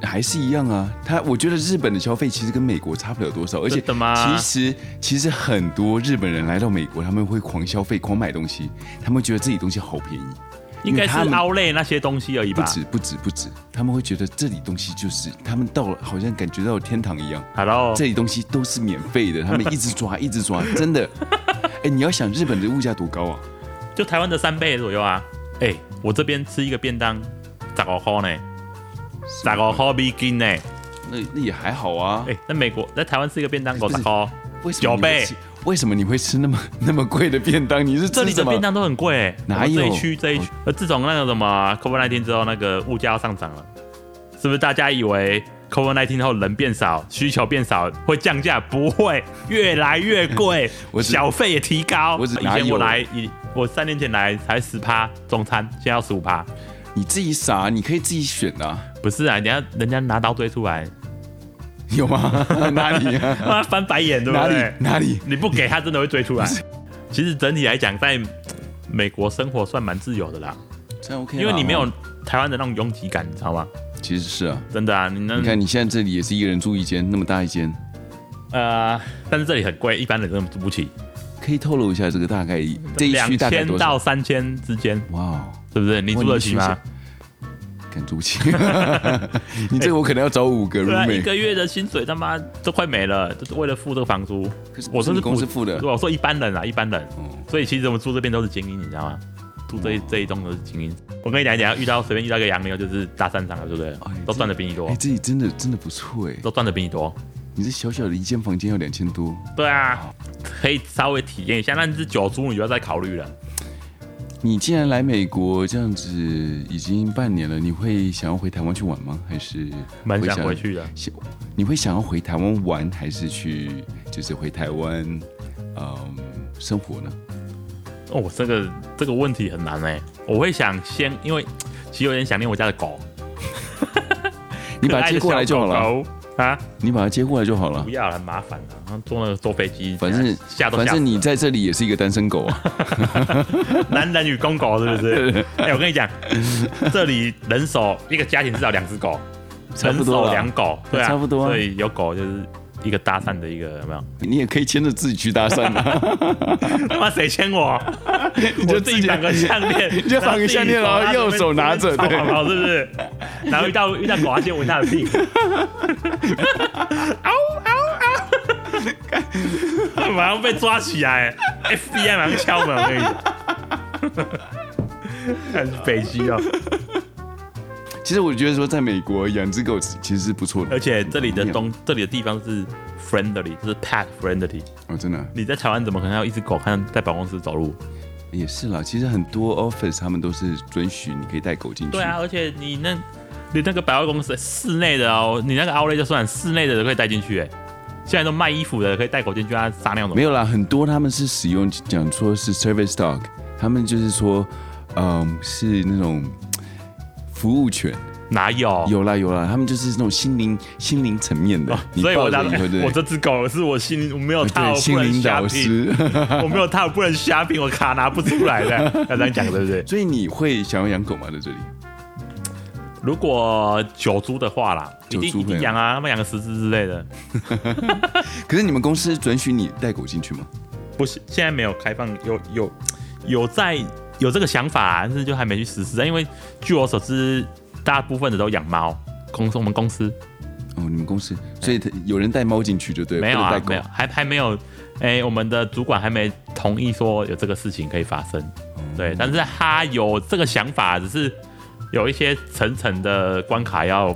Speaker 1: 还是一样啊。他我觉得日本的消费其实跟美国差不了多少，而且
Speaker 2: 真的吗
Speaker 1: 其实其实很多日本人来到美国，他们会狂消费、狂买东西，他们觉得自己东西好便宜，
Speaker 2: 应
Speaker 1: 因
Speaker 2: 该是
Speaker 1: 为他们
Speaker 2: 凹类那些东西而已
Speaker 1: 不
Speaker 2: 吧。
Speaker 1: 止不止不止，他们会觉得这里东西就是他们到了好像感觉到天堂一样，
Speaker 2: Hello，
Speaker 1: 这里东西都是免费的，他们一直 抓一直抓，真的。哎，你要想日本的物价多高 啊！
Speaker 2: 就台湾的三倍左右啊。哎、我这边吃一个便当，十五块呢，十五块美金
Speaker 1: 哎
Speaker 2: 呢。
Speaker 1: 那那也还好啊
Speaker 2: 哎、。在美国，在台湾吃一个便当
Speaker 1: 不
Speaker 2: 五
Speaker 1: 是
Speaker 2: 十块，
Speaker 1: 为什么你
Speaker 2: 九
Speaker 1: 会
Speaker 2: 倍
Speaker 1: 吃？为什么你会吃那么 那么贵的便当？你是
Speaker 2: 这
Speaker 1: 吃
Speaker 2: 里
Speaker 1: 什
Speaker 2: 的
Speaker 1: 么
Speaker 2: 便？当都很贵、欸。
Speaker 1: 哪哦
Speaker 2: 我们这
Speaker 1: 有
Speaker 2: 一区这一区，呃，自从那个什么 COVID 1 9之后，那个物价要上涨了，是不是大家以为 COVID 1 9后人变少，需求变少会降价？不会，越来越贵
Speaker 1: 我，只
Speaker 2: 小费也提高。
Speaker 1: 我只
Speaker 2: 以
Speaker 1: 哪
Speaker 2: 前
Speaker 1: 有
Speaker 2: 我来，以我三年前来才十趴中餐，现在要十五趴。
Speaker 1: 你自己傻，你可以自己选的、 啊，
Speaker 2: 不是啊，人家人家拿刀堆出来，
Speaker 1: 有吗？ 哪里、啊？
Speaker 2: 他翻白眼，对 不
Speaker 1: 哪
Speaker 2: 对
Speaker 1: 里？哪里？
Speaker 2: 你不给他，真的会追出来。其实整体来讲，在美国生活算蛮自由的啦，
Speaker 1: 这样 OK，啦
Speaker 2: 因为你没有
Speaker 1: 哦
Speaker 2: 台湾的那种拥挤感，你知道吗？
Speaker 1: 其实是啊。
Speaker 2: 真的啊，你能
Speaker 1: 你看你现在这里也是一个人住一间，那么大一间，
Speaker 2: 呃，但是这里很贵，一般人真的住不起，
Speaker 1: 可以透露一下这个大概这一
Speaker 2: 嗯两
Speaker 1: 区大概
Speaker 2: 千
Speaker 1: 多少
Speaker 2: 到？三千之间，
Speaker 1: 哇哦，
Speaker 2: 对不对？你住得起吗？
Speaker 1: 敢住不起？ 你这个我可能要找五个
Speaker 2: 对啊，一
Speaker 1: roommate。
Speaker 2: 个月的薪水他妈都快没了，就是为了付这个房租。
Speaker 1: 可是
Speaker 2: 我
Speaker 1: 是
Speaker 2: 说
Speaker 1: 你
Speaker 2: 是
Speaker 1: 公司
Speaker 2: 普
Speaker 1: 付的
Speaker 2: 对，我说一般人啊，一般人。
Speaker 1: 哦，
Speaker 2: 所以其实我们住这边都是精英，你知道吗？住这一这一栋都是精英。我跟你讲一讲，遇到随便遇到一个洋妞就是大三场的，对不对
Speaker 1: 哎？
Speaker 2: 都赚的比你多
Speaker 1: 哎，，这里真的真的不错哎，
Speaker 2: 都赚的比你多。
Speaker 1: 你这小小的一间房间要两千多，
Speaker 2: 对啊，可以稍微体验一下。那你是九租，你就要再考虑了。
Speaker 1: 你既然来美国这样子已经半年了，你会想要回台湾去玩吗？还是
Speaker 2: 蛮
Speaker 1: 会
Speaker 2: 想回？去的。
Speaker 1: 想你会想要回台湾玩，还是去就是回台湾嗯生活呢？
Speaker 2: 哦，这个这个问题很难哎、我会想先，因为其实有点想念我家的狗，
Speaker 1: 你把它接过来就好
Speaker 2: 可爱
Speaker 1: 了，
Speaker 2: 的小狗狗啊！
Speaker 1: 你把它接过来就好了
Speaker 2: 不。要了，麻烦了。然后坐那个坐飞机，
Speaker 1: 反正
Speaker 2: 吓都吓死了。
Speaker 1: 反正你在这里也是一个单身狗啊，
Speaker 2: 男人与公狗是不 是？哎、我跟你讲，这里人手一个家庭至少两只狗，
Speaker 1: 差不多
Speaker 2: 人手
Speaker 1: 了
Speaker 2: 两。狗，对啊，
Speaker 1: 差不多啊
Speaker 2: 所以有狗就是一个搭讪的一个，有没 有？
Speaker 1: 你也可以牵着自己去搭讪 啊，
Speaker 2: 他妈谁牵我？
Speaker 1: 你就
Speaker 2: 我自 己绑个项链，
Speaker 1: 你就绑个项链然后右手拿着
Speaker 2: 好
Speaker 1: 对
Speaker 2: 好好，是不是？然后 遇到遇到狗，他先闻他的屁股，嗷嗷嗷， 马上被抓起来，FBI 马上敲门，我 跟你讲，看是北极哦，
Speaker 1: 其实我觉得说，在美国养只狗其实是不错的，
Speaker 2: 而且这里的东这里的地方是 friendly，就是 pet friendly。
Speaker 1: 哦，真的
Speaker 2: 你在台湾怎么可能要一只狗看在办公室走路？
Speaker 1: 也是啦。其实很多 office 他们都是准许你可以带狗进去，
Speaker 2: 对啊，而且你那你那个百货公司室内的哦，你那个 Outlet 就算室内的都可以带进去，哎，现在都卖衣服的可以带狗进去啊，撒尿的
Speaker 1: 没。有啦，很多他们是使用讲说是 service dog，他们就是说，嗯，是那种服务犬。
Speaker 2: 哪有？
Speaker 1: 有啦有啦，他们就是那种心灵心灵层面的。你
Speaker 2: 哦所以我
Speaker 1: 抱
Speaker 2: 当
Speaker 1: 着以后对
Speaker 2: 我
Speaker 1: 不对
Speaker 2: 这只狗是我心里我没有它，
Speaker 1: 对
Speaker 2: 我不
Speaker 1: 心
Speaker 2: 能
Speaker 1: 灵
Speaker 2: 瞎
Speaker 1: 导
Speaker 2: 拼，
Speaker 1: 师，
Speaker 2: 我没有它，我不能瞎拼，我卡拿不出来的，要这样讲对不对？
Speaker 1: 所以你会想要养狗吗？在这里，
Speaker 2: 如果九租的话啦，一
Speaker 1: 九
Speaker 2: 定
Speaker 1: 株
Speaker 2: 一定
Speaker 1: 会
Speaker 2: 养啊，他们养个十只之类的，
Speaker 1: 可是你们公司准许你带狗进去吗？
Speaker 2: 不是现在没有开放，有有有在有这个想法、啊，但是就还没去实施啊。因为据我所知，大部分的都养猫，公司我们公司
Speaker 1: 哦，你们公司，所以他有人带猫进去就对，
Speaker 2: 没有
Speaker 1: 不能
Speaker 2: 啊
Speaker 1: 带，狗
Speaker 2: 没有，还还没有，哎、我们的主管还没同意说有这个事情可以发生，对，但是他有这个想法，只是有一些层层的关卡要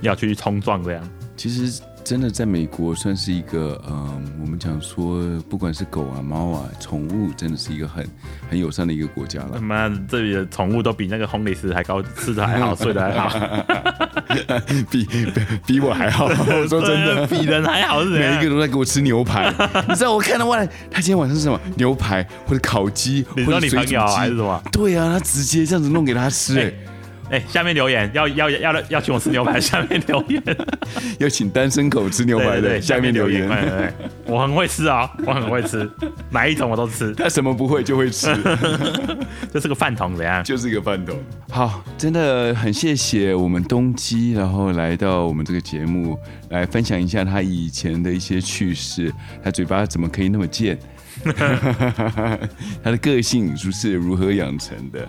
Speaker 2: 要去冲撞这样。
Speaker 1: 其实真的在美国算是一个，嗯，我们讲说，不管是狗啊、猫啊，宠物真的是一个很很友善的一个国家
Speaker 2: 他
Speaker 1: 了。
Speaker 2: 妈这里的宠物都比那个红 o 斯还高，吃的还好，睡的还 好，
Speaker 1: 比比比我 还好，我说真的。
Speaker 2: 嗯比人啊还好是怎样
Speaker 1: 每一个都在给我吃牛 排，你知道我看到外，他今天晚上是什么牛排或者烤鸡，
Speaker 2: 你
Speaker 1: 或
Speaker 2: 说
Speaker 1: 者
Speaker 2: 你
Speaker 1: 水
Speaker 2: 朋
Speaker 1: 煮
Speaker 2: 友啊还是
Speaker 1: 鸡
Speaker 2: 什，么？
Speaker 1: 对啊，他直接这样子弄给他吃、哎、
Speaker 2: 哎、下面留言要要要要请我吃 牛排，下面留言，
Speaker 1: 要请单身狗吃牛
Speaker 2: 哎对
Speaker 1: 排
Speaker 2: 对
Speaker 1: 的，
Speaker 2: 对，
Speaker 1: 下面留言，
Speaker 2: 对对对，哎我很会吃啊、我很会吃，哪一种我都吃，
Speaker 1: 他什么不会就会吃，
Speaker 2: 这是个饭桶怎 样？
Speaker 1: 就是一个饭桶。好，真的很谢谢我们东基，然后来到我们这个节目来分享一下他以前的一些趣事，他嘴巴怎么可以那么 贱，他的个性是如何养成的。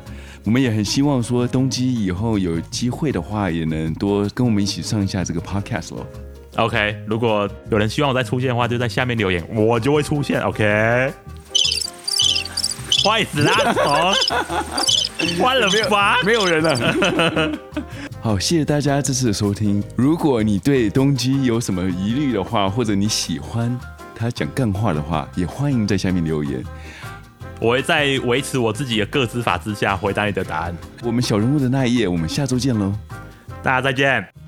Speaker 1: 我们也很希望说东基以后有机会的话，也能多跟我们一起上一下这个 podcast 咯。
Speaker 2: OK，如果有人希望我再出现的话，就在下面留言，我就会出现。OK，坏死啦， 虫，关了吧。
Speaker 1: 没有人啊了。好，谢谢大家这次的收听。如果你对东基有什么疑虑的话，或者你喜欢他讲干话的话，也欢迎在下面留言。
Speaker 2: 我会在维持我自己的个资法之下回答你的答案。
Speaker 1: 我们小人物的那一页，我们下周见喽。
Speaker 2: 大家再见。